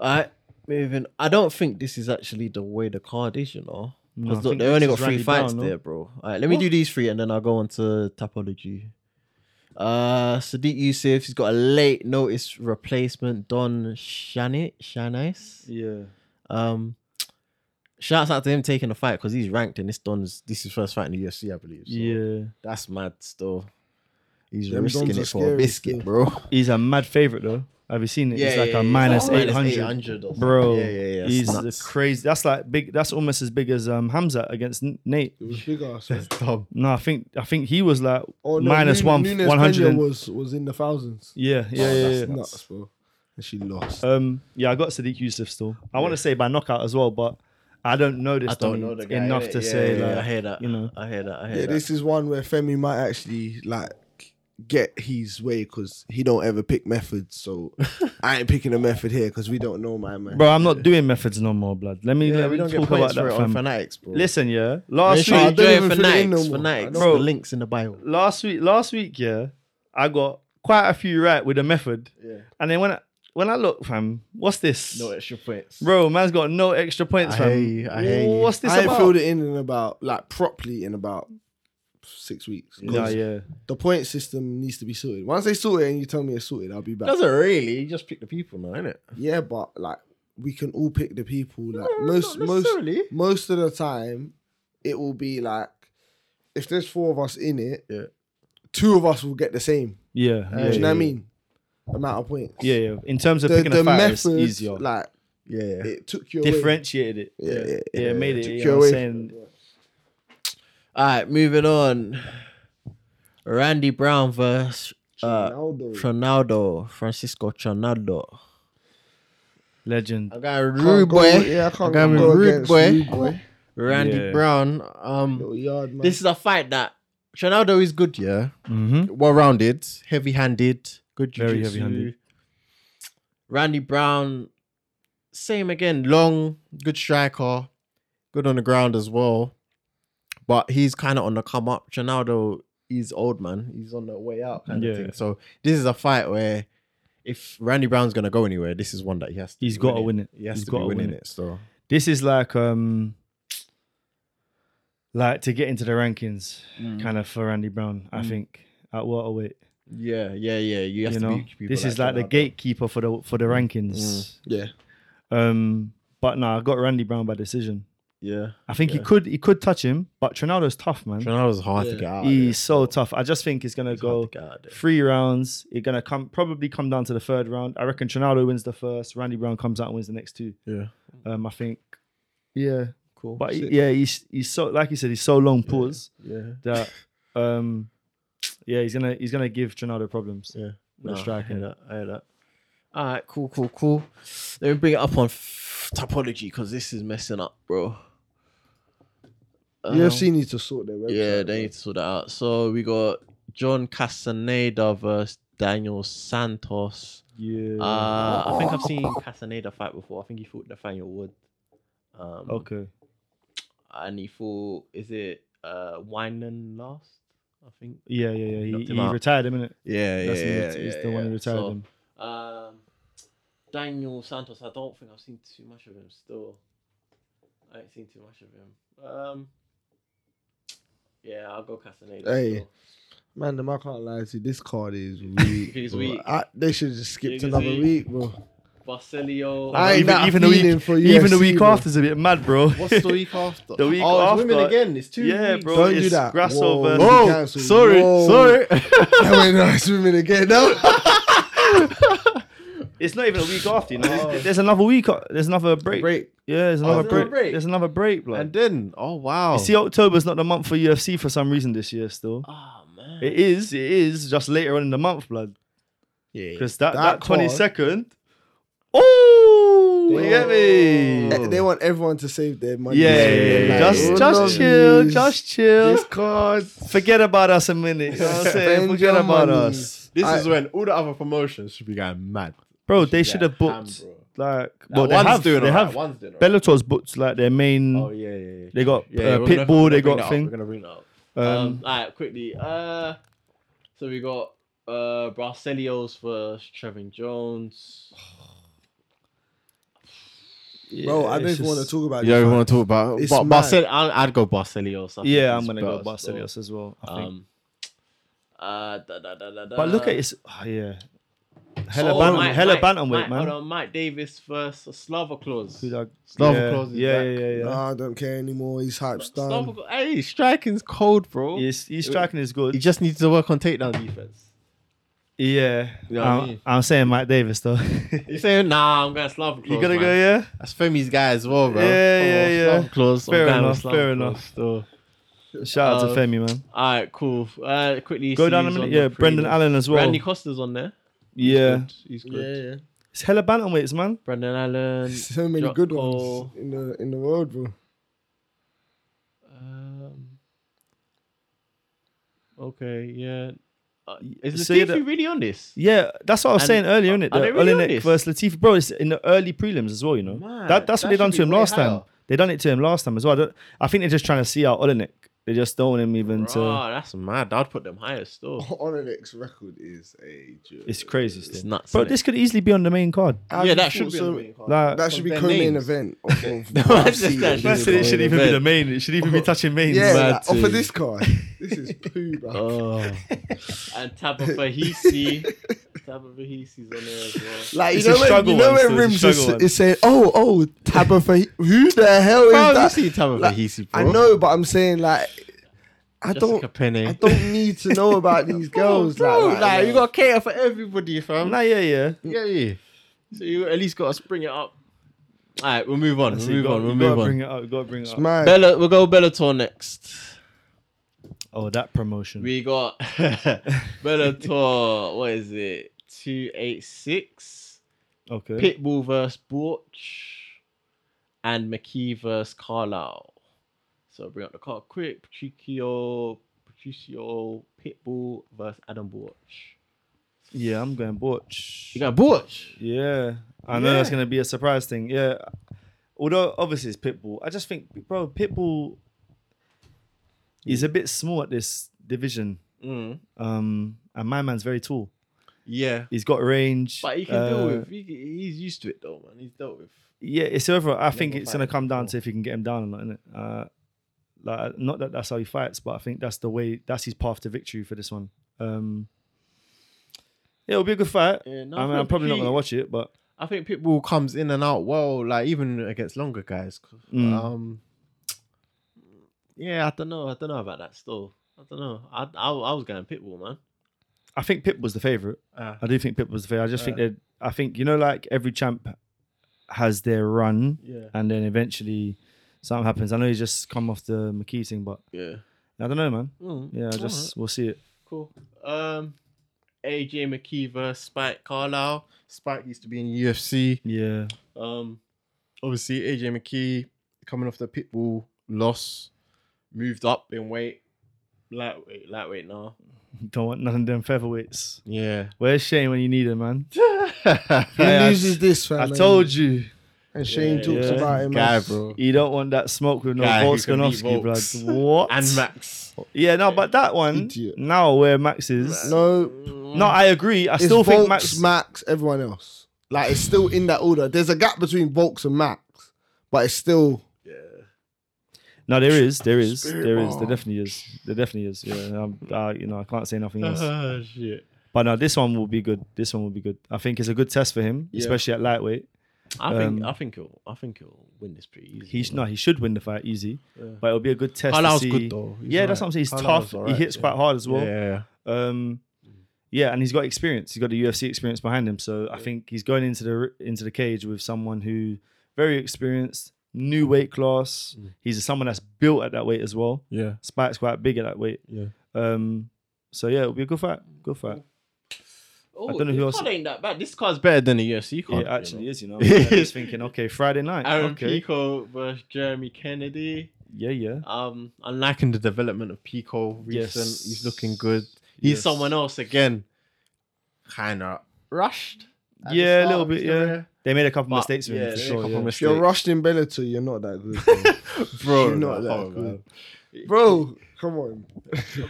F: All right, moving. I don't think this is actually the way the card is, you know.
B: No, I
F: Because
B: think
F: they only
B: this
F: got
B: is
F: three
B: Randy
F: fights
B: Brown, no?
F: there, bro. All right, let me do these three and then I'll go on to Tapology. Uh, Sadiq Yusuf, he's got a late notice replacement, Don Shanit, Shanice.
B: Yeah.
F: Um, shouts out to him taking the fight because he's ranked and this Don's this is his first fight in the UFC, I believe. so.
B: Yeah.
F: That's mad still. He's
D: Them
F: risking
D: dons are
F: it for a
D: scary
F: biscuit,
D: still.
B: <laughs>
F: bro.
B: He's a mad favorite though. Have you seen it? it's like a minus eight hundred. Bro,
F: Yeah, yeah, yeah. it's
B: he's
F: nuts.
B: crazy. That's like big. That's almost as big as um, Hamza against N- Nate.
D: It was big ass.
B: <laughs>
D: man.
B: No, I think I think he was like
D: Oh, no,
B: minus
D: Nu-
B: one
D: Nunes
B: one hundred.
D: Peña was was in the thousands.
B: Yeah, yeah, yeah,
D: Oh,
B: yeah.
D: that's nuts, bro. and she lost.
B: Um, yeah, I got Sadiq Yusuf still. I want to say by knockout as well, but I don't know this
F: I don't know
B: dominant
F: the guy
B: enough
F: innit?
B: to
F: Yeah,
B: say
F: yeah, yeah,
B: like,
F: I hear that.
B: you know.
F: I hear that. I hear
D: yeah,
F: that.
D: this is one where Femi might actually like get his way because he don't ever pick methods.
B: <laughs>
D: So I ain't picking a method here because we don't know my man.
B: Bro, I'm not doing methods no more, blood. Let me,
F: yeah,
B: let
F: we
B: me
F: don't get
B: talk
F: points
B: about
F: for
B: that,
F: it
B: fam.
F: on Fanatics, bro.
B: Listen, yeah.
F: Make
B: Last
F: sure
B: week,
F: you
D: I don't
F: join
D: even fill it in no
F: Fanatics.
D: more. I
F: Fanatics.
D: don't-
F: The
B: Bro.
F: links in the bio.
B: last week, last week, yeah, I got quite a few right with a method,
F: Yeah.
B: and then when I, when I look, fam, what's this?
F: No extra points.
B: Bro, man's got no extra points,
F: I
B: fam.
F: hear you, I hear you.
B: What's this
D: I ain't
B: about?
D: filled it in in about like properly in about six weeks. 'cause
B: Nah, yeah.
D: The point system needs to be sorted. Once they sort it and you tell me it's sorted, I'll be back.
F: Doesn't really. You just pick the people now, innit?
D: Yeah, but like we can all pick the people. Like
F: No,
D: most
F: not
D: most
F: necessarily.
D: most of the time, it will be like if there's four of us in it,
F: Yeah.
D: two of us will get the same.
B: Yeah,
F: Uh,
B: yeah,
D: Do you
B: yeah,
D: know what I
B: yeah.
D: mean? Amount of points.
B: Yeah, yeah. In terms of
D: The,
B: picking
D: the
B: a fighter, it's
D: method,
B: easier.
D: like
F: Yeah.
D: it took you away.
B: Differentiated it.
D: Yeah, yeah,
B: yeah,
D: yeah.
B: it made it.
D: Took
B: You
D: you
B: know what I'm
D: away
B: saying?
F: All right, moving on. Randy Brown versus uh,
D: Ronaldo.
F: Tronaldo, Francisco Tronaldo.
B: Legend.
F: I got
D: Can't
F: rude
D: go-
F: boy.
D: Yeah, I can't
F: got
D: go
F: rude
D: against
F: boy.
D: rude boy.
F: Randy
B: Yeah.
F: Brown. Um,
D: Little yard man.
F: this is a fight that Tronaldo is good, yeah.
B: Mm-hmm.
F: Well rounded, heavy handed, good
B: Very
F: jiu-jitsu.
B: heavy-handed.
F: Randy Brown, same again, long, good striker, good on the ground as well. But he's kind of on the come up. Ronaldo is old man. He's on the way out kind
B: Yeah.
F: of thing. So this is a fight where if Randy Brown's gonna go anywhere, this is one that he has to.
B: He's
F: be
B: gotta
F: winning.
B: win it.
F: He has
B: He's
F: to be
B: gotta win
F: winning
B: it.
F: it. So
B: This is like um, like to get into the rankings,
C: Mm.
B: kind of for Randy Brown. I think at welterweight.
F: yeah, yeah, yeah. You have
B: you
F: to
B: know,
F: beat people
B: this is like the
F: Ronaldo.
B: gatekeeper for the for the
F: Mm.
B: rankings.
D: Yeah.
B: Um, but no, I got Randy Brown by decision.
F: Yeah,
B: I think he could he could touch him, but Trinaldo's tough, man.
F: Ronaldo's hard to
D: Yeah.
F: get out. of
B: He's
F: there.
B: so tough. I just think it's gonna
F: hard
B: go
F: to get out of there.
B: three rounds. It's gonna come probably come down to the third round. I reckon Trinaldo wins the first. Randy Brown comes out and wins the next two.
F: Yeah,
B: Um, I think. Yeah,
F: cool.
B: but
F: Sick.
B: yeah, he's he's so like you said, he's so long pause
F: yeah.
B: that um, yeah, he's gonna he's gonna give Trinaldo problems.
F: Yeah.
B: with the
F: I hear
B: striking.
F: that. I hear that. All right, cool, cool, cool. Let me bring it up on f- topology because this is messing up, bro. Um,
D: UFC needs to sort their website. bro.
F: Yeah, they need to sort that out. So we got John Castaneda versus Daniel Santos.
B: Yeah.
F: Uh,
B: <laughs>
F: I think I've seen Castaneda fight before. I think he fought Nathaniel Wood. Um,
B: okay.
F: And he fought, is it uh, Wineland last? I think.
B: Yeah, yeah, yeah. He,
F: Knocked him
B: he
F: out.
B: retired him, innit?
F: Yeah,
B: That's when he ret- he's the one who retired
F: So-
B: him.
F: Um, Daniel Santos, I don't think I've seen too much of him still. I ain't seen too much of him. Um, yeah, I'll go Castaneda.
D: Hey,
F: still.
D: Man, them, I can't lie to you. This card is
B: <laughs>
D: weak.
F: He's
D: bro.
F: weak.
D: I, they should have just skipped
F: He's
D: another
F: weak.
D: week, bro.
F: Basilio.
D: I ain't
B: even-
D: that
B: even the
D: feeling
B: week-
D: for
B: Even the
D: UFC,
B: week
D: bro.
B: after is a bit mad, bro. <laughs>
F: What's the week after?
B: The week
F: oh, it's women
B: after.
F: again. It's two.
B: Yeah,
F: weeks.
B: bro.
D: Don't
B: it's
D: do that.
B: Grasso
D: Whoa.
B: versus-
D: Whoa.
B: Yeah.
D: Cancel. Whoa. I went nice swimming again. No.
B: <laughs> It's not even a week after, you know. There's- There's another week. o- There's another break.
F: Break.
B: Yeah, there's another
F: there's another
B: break.
F: break.
B: There's another break, blood.
F: And then, oh wow.
B: You see, October's not the month for UFC for some reason this year. Still,
F: oh man.
B: it is. It is just later on in the month, blood.
F: yeah.
B: Because that
D: That
B: that
D: card-
B: twenty second. Oh, you get me.
D: Eh, They want everyone to save their money.
B: Yeah,
D: So,
B: yeah, yeah,
D: like,
B: just
D: all of
B: just chill,
D: these-
B: just chill.
D: This card.
B: Forget about us a minute. You know what I'm saying?
D: Spend
B: Forget
D: your
B: about
D: money.
B: us,
F: This
D: I-
F: is when all the other promotions should be going mad.
B: bro. They
F: Yeah,
B: should have
F: ham,
B: booked
F: bro.
B: like.
F: Like,
B: Well, they
F: one's
B: have.
F: doing
B: They
F: alright,
B: have.
F: One's doing alright.
B: Bellator's booked like their main.
F: Oh yeah, yeah, yeah.
B: They got
F: Yeah,
B: uh,
F: we're gonna-
B: Pitbull.
F: we're
B: They
F: gonna
B: got thing.
F: bring that up, We're gonna bring that up. Um,
B: Um,
F: all right, quickly. Uh, so we got uh Barcelios versus Trevin Jones.
D: Bro, I don't
B: it's
D: even want to
B: just-
D: talk about
F: Yeah,
D: this.
F: we
D: man.
F: want to talk about.
D: It's
F: But
D: mad.
F: Barcel- I'll, I'd go Barcelios. I think
B: Yeah, I'm
F: it's
B: gonna go
F: better still.
B: Barcelos as well. I think.
F: Um, uh, da, da, da, da, da.
B: but look at it's oh, yeah. Hella
F: Oh,
B: bantam,
F: Mike-
B: hella
F: Mike-
B: bantamweight,
F: Mike- Hold
B: man.
F: on, Mike Davis versus Slava Claus.
B: Who's that?
F: Slava
B: yeah,
F: Claus is
B: yeah,
F: back.
B: yeah, yeah,
D: Nah,
B: yeah.
D: I don't care anymore. He's hyped
F: Slava,
D: down.
F: Claus- hey, striking's cold, bro.
B: He's, he's striking is good.
F: He just needs to work on takedown defense.
B: Yeah,
F: You know what I
B: I'm,
F: mean?
B: I'm saying Mike Davis though. <laughs>
F: You saying nah? I'm going Slav Claus.
B: you gonna
F: man.
B: go, yeah.
F: That's Femi's guy as well, bro.
B: Yeah, yeah, yeah.
F: Slav Claus. I'm
B: Fair
F: going with
B: enough,
F: Slav
B: fair
F: Claus
B: enough.
F: Still.
B: Shout out
F: Uh,
B: to Femi, man.
F: All right, cool. Uh, quickly
B: Go down a
F: series on
B: minute.
F: the
B: Yeah, Brendan
F: prelims.
B: Allen as well.
F: Randy Costa's on there.
B: yeah,
F: He's good. He's good.
D: yeah.
B: It's hella bantamweights, man.
F: Brandon Allen.
D: So many
F: Jock
D: good
F: Cole,
D: ones in the in the world, bro. <laughs>
F: Um, okay, yeah. Uh, is
B: So
F: Latifi
B: you're the-
F: really on this?
B: Yeah, that's what I was
F: And-
B: saying earlier, innit?
F: are
B: The
F: they really on
B: Olenek
F: this?
B: versus Latifi, bro. It's in the early prelims as well, you know.
F: Man,
B: that, that's what they
F: that
B: done
F: should
B: to
F: be
B: him
F: way
B: last
F: higher.
B: time. They done it to him last time as well. I, don't- I think they're just trying to see out Olenek. They just don't want him even to.
F: Oh, that's mad. I'd put them higher still.
D: Ononek's record is a joke.
B: It's crazy still.
F: It's nuts.
B: Bro,
F: innit?
B: this could easily be on the main card.
D: How
F: yeah,
D: do you
F: that should
D: thought
F: be.
D: so-
F: on the main card.
B: Like,
D: That should be
F: Their
D: co-main
F: names. <laughs>
D: event. Of, of
F: No,
D: UFC
F: that's <laughs> just- that's
D: or
F: just-
B: That's it. It should even be the
F: Event.
B: main. It should even
F: <laughs>
B: be touching mains.
D: Yeah,
F: Mad
D: like, off
F: too.
D: of this card. This
F: <laughs>
D: is poo, bro.
F: Oh. and Tabitha Hisi. Tabitha Hisi's on there as well.
D: Like you
B: It's a
D: know, when,
B: struggle
D: you know
B: one, so
D: when
B: it's a
D: Rims
B: struggle
D: is,
B: one.
D: is saying, "Oh, oh, Tabitha, who the hell is
F: <laughs> Bro, you
D: that?"
F: see Tabitha
D: like,
F: Hisi, bro.
D: I know, but I'm saying like, I
F: Jessica
D: don't,
F: Penny.
D: I don't need to know about these girls.
F: <laughs> bro,
D: like,
F: like, you got to cater for everybody, fam.
B: Nah, yeah, yeah.
F: yeah, yeah. So you at least got to spring it up. All right, we'll move on.
B: So
F: We'll
B: you
F: move
B: got-
F: on. We'll
B: you gotta
F: move on.
B: Bring it up. You gotta bring it up.
D: man.
F: Bella, we'll go Bellator next.
B: Oh, that promotion.
F: We <laughs> got Bellator. what is it? Two eight six.
B: okay.
F: Pitbull versus Borch, and McKee versus Carlisle. So bring up the card quick. Patricio, Patricio, Pitbull versus Adam Borch.
B: Yeah, I'm going Borch.
F: You got Borch.
B: Yeah, I know
F: Yeah.
B: that's gonna be a surprise thing. Yeah, although obviously it's Pitbull. I just think, bro, Pitbull is a bit small at this division.
F: Mm.
B: Um, and my man's very tall.
F: Yeah,
B: He's got range.
F: but he can
B: uh,
F: deal with. He, he's used to it though, man. He's dealt with.
B: Yeah, it's over. I think
F: Level
B: it's gonna
F: fight.
B: come down to if you can get him down or not. Innit? Uh, like uh, not that that's how he fights, but I think that's the way. That's his path to victory for this one. Um, yeah, it'll be a good fight.
F: Yeah, no,
B: I mean,
F: think
B: I'm probably not
F: Pete-
B: gonna watch it, but
F: I think Pitbull comes in and out well, like even against longer guys.
B: Mm.
F: Um, yeah, I don't know. I don't know about that still. I don't know. I I, I was going Pitbull, man.
B: I think Pip was the favorite.
F: Uh,
B: I do think Pip was the favorite. I just
F: Ah.
B: think that I think you know, like every champ has their run,
F: yeah,
B: and then eventually something happens. I know he's just come off the McKee thing, but
F: yeah.
B: I don't know, man.
F: Mm,
B: Yeah, I
F: all
B: just we'll see it.
F: right, cool. Um, AJ McKee versus Spike Carlisle. Spike used to be in UFC.
B: Yeah, <laughs>
F: Um, obviously AJ McKee coming off the Pitbull loss, moved up in weight, lightweight, lightweight now.
B: don't want none of them featherweights.
F: Yeah.
B: Where's Shane when you need him,
F: <laughs>
B: man?
D: Who
B: Yeah, I-
D: loses this, fam?
B: I
D: man?
B: told you,
D: And Shane
F: Yeah,
D: talks
B: yeah.
D: about him,
F: Guy,
D: as-
F: bro.
B: you don't want that smoke with no
F: Guy who can beat
B: Volkanovski,
F: Volks.
B: blood. What?
F: And Max.
B: yeah, no, but that one
D: Idiot.
B: now where Max is. No,
D: No,
B: I agree. I
D: it's
B: still think
D: Volks,
B: Max.
D: Max, everyone else. Like it's still in that order. There's a gap between Volks and Max, but it's still
F: Yeah.
B: No, there is, there is,
D: Spirit
B: there is, there
D: bomb.
B: definitely is, there definitely is. Yeah, um, uh, you know, I can't say nothing else. <laughs>
F: Oh, shit.
B: But no, this one will be good. This one will be good. I think it's a good test for him,
F: Yeah.
B: especially at lightweight.
F: I think
B: Um,
F: I think he'll I think he'll win this pretty easy.
B: He sh- no, he should win the fight easy,
F: Yeah.
B: but it'll be a good test.
F: Carlisle's
B: to see.
F: good though. He's
B: yeah, that's what I'm
F: alright.
B: saying. He's
F: Carlisle's
B: tough. he
F: alright,
B: hits
F: yeah.
B: quite hard as well.
F: Yeah.
B: Um,
F: Mm.
B: yeah, and he's got experience. He's got the UFC experience behind him, so I think he's going into the into the cage with someone who very experienced, new weight class. He's someone that's built at that weight as well.
F: Mm. Yeah.
B: Spike's quite big at that weight.
F: Yeah.
B: Um, so yeah, it'll be a good fight. Good fight.
F: Oh,
B: don't know who
F: this
B: else-
F: card ain't that bad. This card's better than the UFC card.
B: It
F: you
B: actually
F: know.
B: is, you
F: <laughs>
B: know. I was thinking, okay, Friday night.
F: Aaron
B: okay.
F: Pico versus Jeremy Kennedy.
B: Yeah, yeah.
F: Um, I'm liking the development of Pico. Recent,
B: Yes.
F: he's looking good. He's
B: Yes.
F: someone else again. Kind of rushed. at the
B: Yeah, a little
F: start of his
B: bit, yeah.
F: career,
B: They made a couple
F: but
B: mistakes with
F: yeah,
B: him for
F: they made a
B: sure.
F: couple
B: yeah.
D: if you're
F: mistakes.
D: rushed in Bellator, you're not that good. fam.
F: bro.
D: You're not
F: no,
D: that
F: come on,
D: good.
F: man.
D: bro, come on.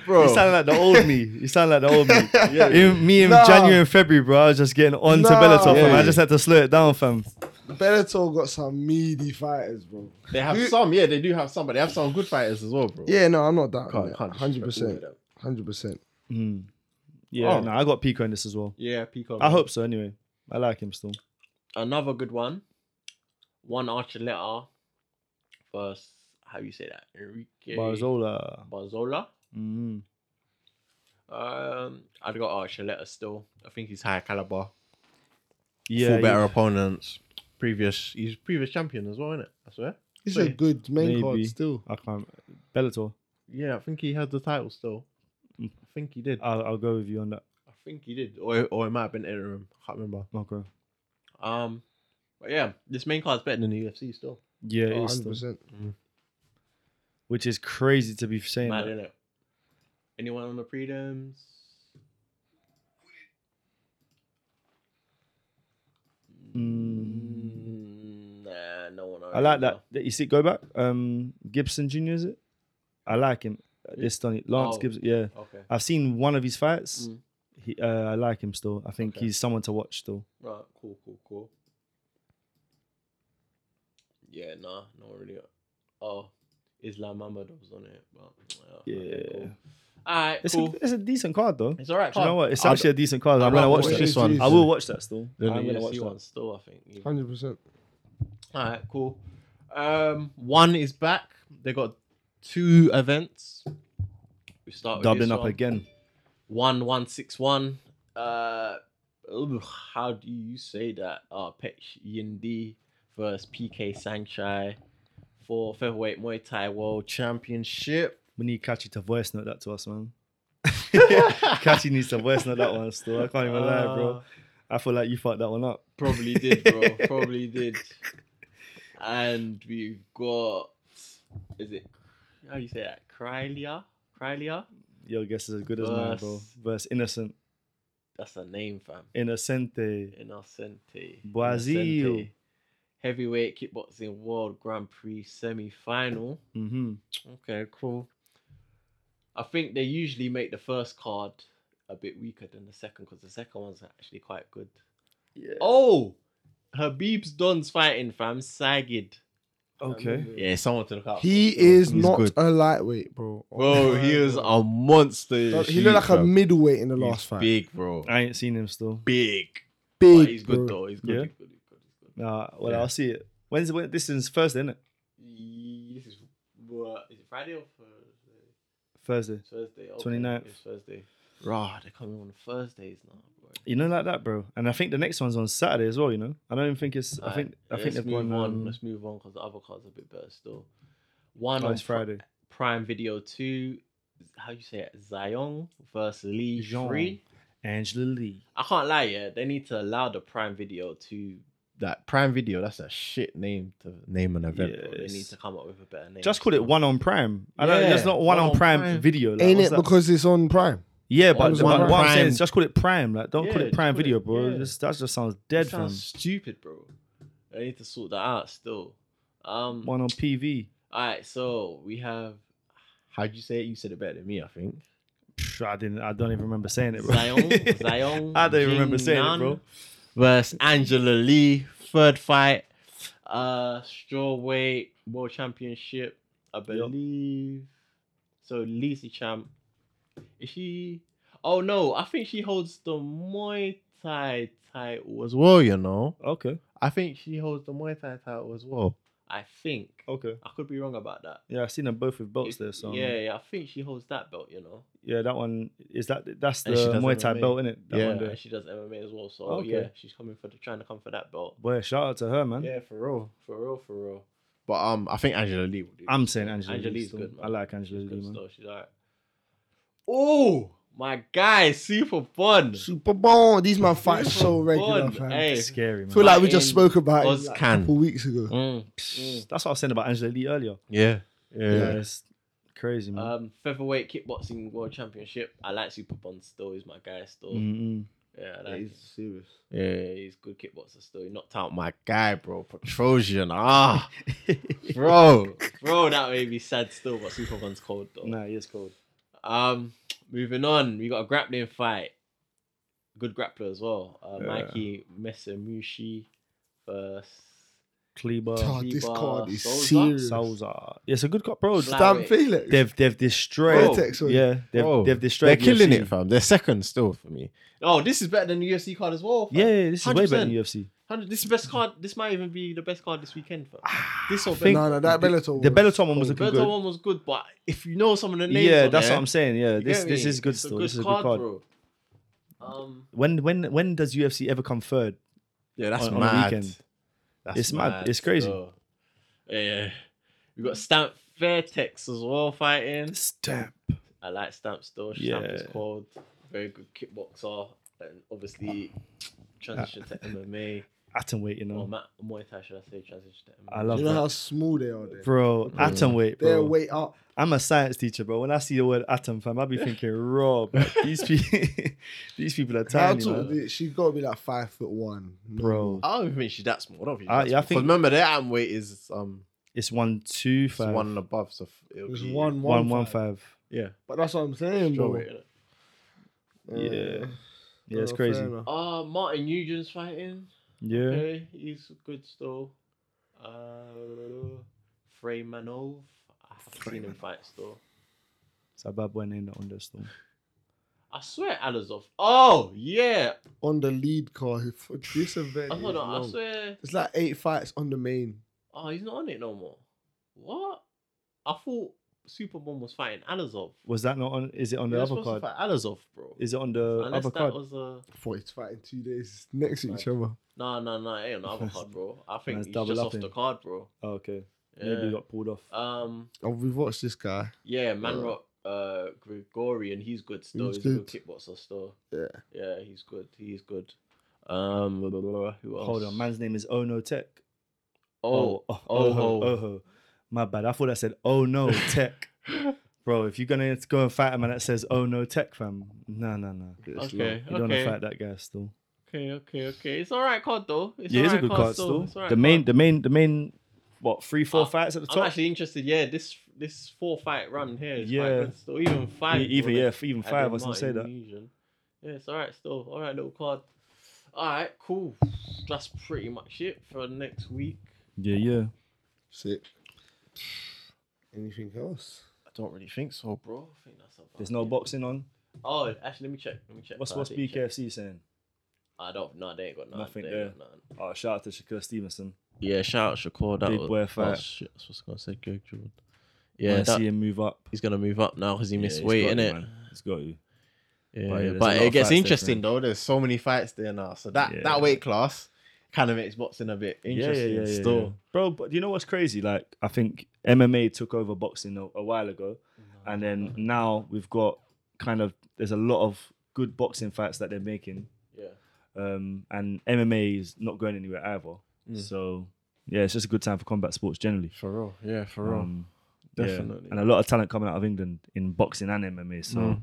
F: bro.
B: You sound like the old me. You sound like the old
F: <laughs>
B: me. In- me in
D: Nah.
B: January and February, bro. I was just getting on to
D: Nah.
B: Bellator, fam.
F: Yeah.
B: I just had to slow it down, fam.
D: Bellator got some meaty fighters, bro.
F: They have
D: You-
F: some, yeah, they do have some, but they have some good fighters as well, bro.
D: Yeah, no, I'm not that.
F: Can't- can't
D: Hundred
F: disrespect
D: percent,
F: all of them.
D: hundred percent.
B: Mm. Yeah,
F: Oh.
B: no, I got Pico in this as well.
F: Yeah, Peacock.
B: I hope so. Anyway, I like him still.
F: another good one. One Archuleta versus how you say that? Enrique
B: Barzola.
F: Barzola.
B: uh, Mm.
F: Um, I'd got Archuleta still. I think he's high caliber.
B: Yeah,
F: Four better
B: yeah.
F: opponents. Previous, he's previous champion as well, isn't it? I swear.
D: It's a
F: Wait,
D: good main
B: maybe.
D: card still.
B: I can't. Bellator.
F: Yeah, I think he has the title still. I think he did.
B: I'll, I'll go with you on that.
F: I think he did, or or it might have been interim. I can't remember.
B: Okay.
F: Um, but yeah, this main card's better than the UFC still.
B: Yeah, it is.
D: hundred
B: though.
D: percent.
B: Oh, Which is crazy to be saying.
F: Mad,
B: that.
F: innit? Anyone on the prelims?
B: Mm.
F: Mm, Nah, no one. on
B: I like
F: there.
B: that. that- You see, go back. Um, Gibson Jr. is it? I like him. This Tony Lance
F: Oh.
B: Gibson. Yeah,
F: Okay.
B: I've seen one of his fights.
F: Mm.
B: He, uh, I like him still. I think
F: Okay.
B: he's someone to watch still.
F: Right. Cool. Cool. Cool. Yeah. Nah. No one really. Oh, Islam Mamadov's on it, but
B: Yeah.
F: All right.
B: It's,
F: cool.
B: a, it's a decent card though.
F: It's all right.
B: Do you know what? It's
F: I'd-
B: actually a decent card.
F: I'd
B: I'm gonna
F: rather
B: watch
D: watch
B: this
D: this
B: one.
D: one.
B: I will watch that still.
F: Then
B: I'm
F: the
B: gonna watch
F: UFC
B: that.
F: one still, I think. even.
D: Hundred percent.
F: All right, cool. Um, one is back. They got two events. We start with
B: Doubling
F: this
B: up
F: one.
B: again.
F: One one six one. Uh, ugh, how do you say that? Uh, Pech Yindi versus PK Sanchai for featherweight Muay Thai World Championship.
B: We need Kachi to voice note that to us,
F: <laughs>
B: man. Kachi needs to voice note that one still. I can't even lie, bro.
F: Uh,
B: I feel like you fucked that one up.
F: Probably did, bro. Probably did. And we've got. Is it? How do you say that? Krylia. Krylia.
B: Your guess is as good as mine, bro.
F: Verse.
B: Verse innocent,
F: That's a name, fam.
B: innocente.
F: Inocente.
B: Brazil.
F: Inocente. Heavyweight kickboxing world grand prix semi final.
B: Mm-hmm.
F: Okay, cool. I think they usually make the first card a bit weaker than the second because the second one's actually quite good.
B: Yeah.
F: Oh, Habib's Don's fighting fam Sagid.
B: Okay.
F: Yeah, someone to look up.
D: He is not a lightweight, bro. Oh
F: Bro,
D: my
F: he is
D: God.
F: a monster.
D: He looked like a middleweight in the last fight.
F: Big, bro.
B: I ain't seen him still.
F: Big.
D: Big,
F: he's
D: bro.
F: good though. He's good.
B: Yeah.
F: He's good. He's good. He's good.
B: Nah, well,
F: Yeah.
B: I'll see it. When's when, this is Thursday, isn't it?
F: Ye- This is what is it Friday or Thursday?
B: Thursday.
F: It's Thursday. Okay.
B: 29th.
F: It's Thursday. Rah, they're coming on Thursdays now, bro.
B: You know, like that, bro. And I think the next one's on Saturday as well. You know, I don't even think it's. I think I
F: Alright,
B: think
F: let's
B: they've um,
F: move
B: gone
F: on.
B: on.
F: Let's move on because the other cards are a bit better still. One
B: Oh,
F: on
B: it's Friday.
F: Pri- Prime Video Two. How you say it? Zion versus Lee
B: Jean.
F: Free.
B: Angela Lee.
F: I can't lie, yeah. They need to allow the Prime Video to that Prime Video. That's a shit name to name an event. bro. They need
B: Yes.
F: to come up with a better name.
B: Just call it
F: still.
B: one on Prime. I don't.
F: Yeah,
B: That's not one, on Prime, video. Like,
D: Ain't
B: what's
D: it
B: that?
D: because it's on Prime?
B: Yeah, but
F: One's
B: but
F: on
B: what I'm saying is
F: Prime.
B: just call it Prime. Like, don't call
F: Yeah,
B: it
F: just
B: Prime
F: call it-
B: Video, bro.
F: yeah.
B: This, that just sounds dead,
F: That
B: fam.
F: sounds stupid, bro. I need to sort that out still. Um,
B: One on PV.
F: all right, so we have. How'd you say it? You said it better than me, I think.
B: Psh, I didn't. I don't even remember saying it, bro. <laughs>
F: Zion, Zion.
B: I don't even remember saying it, bro.
F: Jingnan Versus Angela Lee, third fight, uh, strawweight world championship, I believe. So Lee's the champ. Is she? Oh no, I think she holds the Muay Thai title as well. You know.
B: Okay.
F: I think she holds the Muay Thai title as well. I think.
B: Okay.
F: I could be wrong about that.
B: Yeah, I've seen them both with belts
F: If-
B: there. So um,
F: yeah, yeah, I think she holds that belt, you know.
B: Yeah, that one is that. That's the
F: And she does
B: Muay Thai
F: MMA.
B: belt, innit? That
F: yeah,
B: one there. Oh,
F: and she does MMA as well. So
B: Okay.
F: yeah, she's coming for the trying to come for that belt.
B: Boy, shout out to her, man.
F: Yeah, for real, for real, for real. But um, I think Angela Lee would do.
B: I'm saying Angela. Lee
F: Angelique's
B: still.
F: good, man.
B: I like Angela
F: She's
B: Lee,
F: good
B: man.
F: stuff. She's alright. Oh my guy, super fun.
D: Super Bowl. These man fight so regular,
F: Fun.
D: fam.
F: Hey.
B: Scary, man.
D: feel like we just
F: Fighting
D: spoke about it
F: Oz
D: like, a
F: Khan.
D: couple weeks ago.
F: Mm, mm.
B: That's what I was saying about Angela Lee earlier.
F: Yeah.
B: Yeah, it's crazy, man.
F: Um, featherweight kickboxing world championship. I like Super Bond still. He's my guy still.
B: Mm-mm.
F: Yeah, I like him.
D: serious.
F: Yeah, he's good kickboxer still. He knocked out my guy, bro. Petrosian. <laughs> Ah, bro. Bro, <laughs> that made me sad still, but Super One's cold though.
B: Nah, he is cold.
F: Um, moving on, we got a grappling fight. Good grappler as well. Uh,
B: Yeah.
F: Mikey Mesamushi versus
B: Kleber,
D: Oh,
F: He
D: this
F: bar
D: card is
F: Souza?
D: serious.
B: Souza. Yeah, it's a good cop, bro.
F: Flat-
D: Stan Felix.
B: They've they've destroyed.
D: Vertex, sorry.
B: yeah, they've,
F: Bro,
B: they've destroyed. UFC.
F: fam. They're second still for me. Oh, this is better than the UFC card as well.
B: Yeah, yeah, this is way better than
F: you.
B: UFC.
F: This is best card. This might even be the best card this weekend, fam. This or
B: Ah, think-
F: better.
D: no, no, that Bellator.
B: The
D: one.
B: Bellator one was looking
F: Bellator
B: good.
F: one was good, but if you know some of the names,
B: Yeah,
F: on
B: that's
F: there,
B: what I'm saying. Yeah,
F: you
B: this
F: get
B: this
F: me?
B: is good
F: It's
B: still. This is a good card.
F: bro. Um,
B: When when when does UFC ever come third?
F: yeah, that's
B: on- on a
F: mad.
B: weekend.
F: That's
B: It's mad. It's crazy.
F: though. Yeah, we got Stamp Fairtex as well fighting.
B: Stamp.
F: I like Stamp still. Stamp is
B: Yeah.
F: called very good kickboxer, and obviously transition to MMA.
B: atom weight, you know.
F: Oh,
C: Or Matt, Muay Thai, should I say, transition to MMA?
B: I love
D: Do you know
B: that.
D: how small they are? Then?
B: bro,
F: Mm.
B: atom weight,
D: Their
B: bro.
D: weight up.
B: I'm a science teacher, bro. When I see the word atom, fam, I be thinking raw. Bro. These people, <laughs> these people are
D: How
B: tiny,
D: tall?
B: man.
D: is it? She's got to be like five foot one, no
B: bro.
C: I don't even think she's that small. I don't think.
B: Uh,
C: that's
B: yeah, I
C: small.
B: think-
C: 'Cause remember their arm weight is um
B: It's one two
C: it's
B: five.
C: one and above, so f- it'll
D: There's
C: be
D: one,
B: one
D: one,
B: one
D: five.
B: five.
C: Yeah,
D: But that's what I'm saying,
C: sure
D: bro.
C: weight. innit?
D: Uh,
B: Yeah. Yeah, it's
D: uh, fair
B: crazy.
D: enough.
C: Uh, Martin Nugent's fighting.
B: Yeah.
C: Okay, he's good still. Uh, Fremanov. I haven't seen him fight still.
B: Zimbabwe ain't not understand.
C: I swear Alazov. Oh yeah.
D: On the lead card, for <laughs> this event.
C: I
D: is
C: hold on. I
D: long.
C: swear.
D: It's like eight fights on the main.
C: Oh, he's not on it no more. What? I thought Superbomb was fighting Alazov.
B: Was that not on? Is it on
C: He
B: the
C: was
B: other
C: supposed to
B: card?
C: fight Alazov, bro.
B: Is it on the
C: Unless
B: other
C: that
B: card?
C: was a.
D: For it's fighting two days next to each
C: Right.
D: other.
C: No, no, no, it ain't another card, bro. I think
B: Man's
C: he's
B: double
C: just off
B: upping.
C: the card, bro.
B: Oh, okay. Maybe he
C: Yeah.
B: got pulled off.
C: Um,
D: Oh, we've watched this guy.
C: yeah, Manrock uh Gregorian, he's good still.
D: He's
C: He's, a good kickboxer still.
D: Yeah.
C: Yeah, he's good. He's good. Um, blah, blah, blah, who else?
B: Hold on, man's name is Ono Tech.
C: Oh,
B: oh,
C: oh,
B: oh,
C: oh.
B: oh. My bad. I thought I said oh no
C: <laughs>
B: tech. Bro, if you're gonna go and fight a man that says oh no tech, fam, no, no, no. You
C: okay,
B: don't wanna
C: okay,
B: fight that guy still.
C: okay, okay, okay. It's all right card though. It's
B: yeah,
C: all
B: it's
C: right
B: a good card still.
C: It's all right
B: the main,
C: card.
B: the main, the main, what three, four
C: Uh,
B: fights at the
C: I'm
B: top?
C: actually interested. Yeah, this this four fight run here is
B: Yeah.
C: quite good still. Even five.
B: E- even
C: bro,
B: yeah,
C: the-
B: f- even
C: Adam
B: five. I was gonna say
C: Martin
B: that.
C: Lesion. Yeah, it's all right still. All right, little card. All right, cool. That's pretty much it for next week.
B: Yeah, yeah.
D: Sick. Anything else?
C: I don't really think so, bro. I think that's about
B: There's no
C: it.
B: boxing on.
C: Oh, actually, let me check. Let me check.
B: What's
C: No, I
B: what's
C: didn't check.
B: BKFC saying?
C: I don't. No, they ain't got none.
B: Nothing
C: they ain't
B: there.
C: got none.
B: Oh, shout out to Shakur Stevenson.
C: Yeah, shout out Shakur. That
B: Big
C: was,
B: boy
C: oh,
B: fight.
C: shit, I was gonna say Greg Jordan.
B: Yeah,
C: Yeah, that-
B: see him move up.
C: he's gonna move up now because he missed
B: yeah,
C: weight,
B: it?
C: innit?
B: He's got you.
C: Yeah,
B: But
C: but,
B: yeah, there's a lot of
C: it gets
B: fights there,
C: interesting though. There's so many fights there now, so that
B: Yeah.
C: that weight class kind of makes boxing a bit interesting. still,
B: Bro, but you know what's crazy? Like, I think MMA took over boxing a, a while ago. and then now we've got kind of, there's a lot of good boxing fights that they're making.
C: yeah,
B: Um, and MMA is not going anywhere either.
C: Mm.
B: So, yeah, it's just a good time for combat sports generally.
C: for real, yeah, for
B: Um, yeah,
C: Definitely.
B: And a lot of talent coming out of England in boxing and MMA. So,
C: Mm.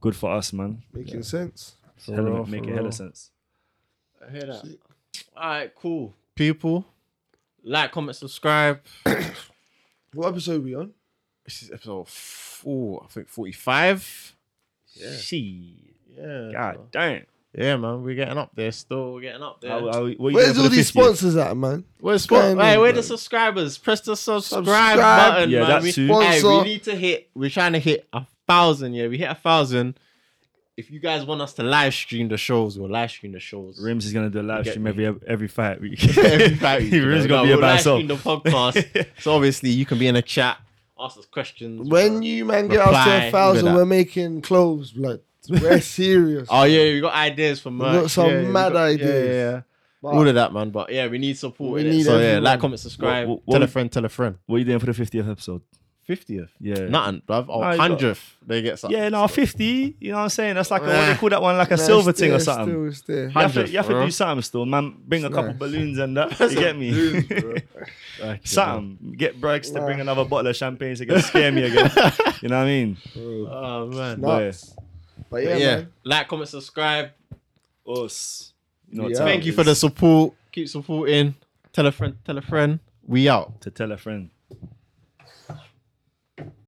B: good for us, man.
D: Making sense.
C: For
B: Hell of-
C: real, for
B: making
C: real.
B: hella sense.
C: I hear that.
D: Sick.
C: All right, cool. People, like, comment, subscribe.
D: What episode we on?
C: This is episode four, I think forty-five.
D: Yeah.
B: She.
C: Yeah,
B: God
C: so-
B: damn.
C: yeah, man, we're getting up there. Still, we're getting up there.
B: How- how- what you doing
D: Where's
B: for
D: all
B: the
D: these
B: 50th?
D: sponsors at, man?
C: We're spo-
D: going
C: hey,
D: on,
C: we're
D: bro?
C: the subscribers. Press the subscribe,
D: Subscribe.
C: button,
B: Yeah,
C: man.
B: that
C: we,
B: too.
C: Hey, we
D: Sponsor.
C: need to hit. We're trying to hit a thousand. Yeah, we hit a thousand. If you guys want us to live stream the shows, we'll live stream the shows.
B: <laughs> <laughs> Rims is gonna do a live
C: get
B: stream
C: me.
B: every every fight week.
C: <laughs> Every fight
B: <laughs>
C: week, you
B: Rims is
C: know.
B: gonna
C: No,
B: be
C: we'll
B: about
C: live
B: himself.
C: stream the
B: <laughs>
C: podcast. so obviously you can be in the chat, ask us questions.
D: When you, man, get us
C: Reply,
D: to a thousand,
C: look at
D: we're making clothes, blood. We're serious.
C: Oh yeah, we got ideas for merch.
D: got some
C: yeah, we
D: mad
C: got- yeah,
D: ideas.
C: Yeah, yeah.
D: But
C: all of that, man. But yeah, we need support.
D: We
C: innit?
D: need
C: so yeah,
D: everyone.
C: like, comment, subscribe,
B: What- what-
C: tell a friend, tell a friend.
B: What are you doing for the 50th episode?
C: Fiftieth,
B: Yeah.
C: nothing, bruv.
B: Nah,
C: Or
B: you got-
C: hundredth, they get something.
B: yeah, no, 50. You know what I'm saying? That's like a, what
C: Nah.
B: they call that one, like a
D: Nah, it's
B: silver thing
D: there,
B: or
D: it's
B: something.
D: still- it's there.
B: You have, to,
C: 100th,
B: you have to
C: bro.
B: do something still, man. Bring a couple
D: nice.
B: balloons and that. You get me? <laughs> something. Get Brex to
D: Nah.
B: bring another bottle of champagne so they can scare me again. you know what I mean?
D: Bro,
C: Oh man.
B: But yeah.
D: nuts. But
C: yeah,
D: yeah, man.
C: like, comment, subscribe.
B: Us. You know what
D: Yeah.
B: time
C: Thank
B: it
C: you for
B: is.
C: the support. Keep supporting. Tell a friend. Tell a friend. We out.
B: To tell a friend.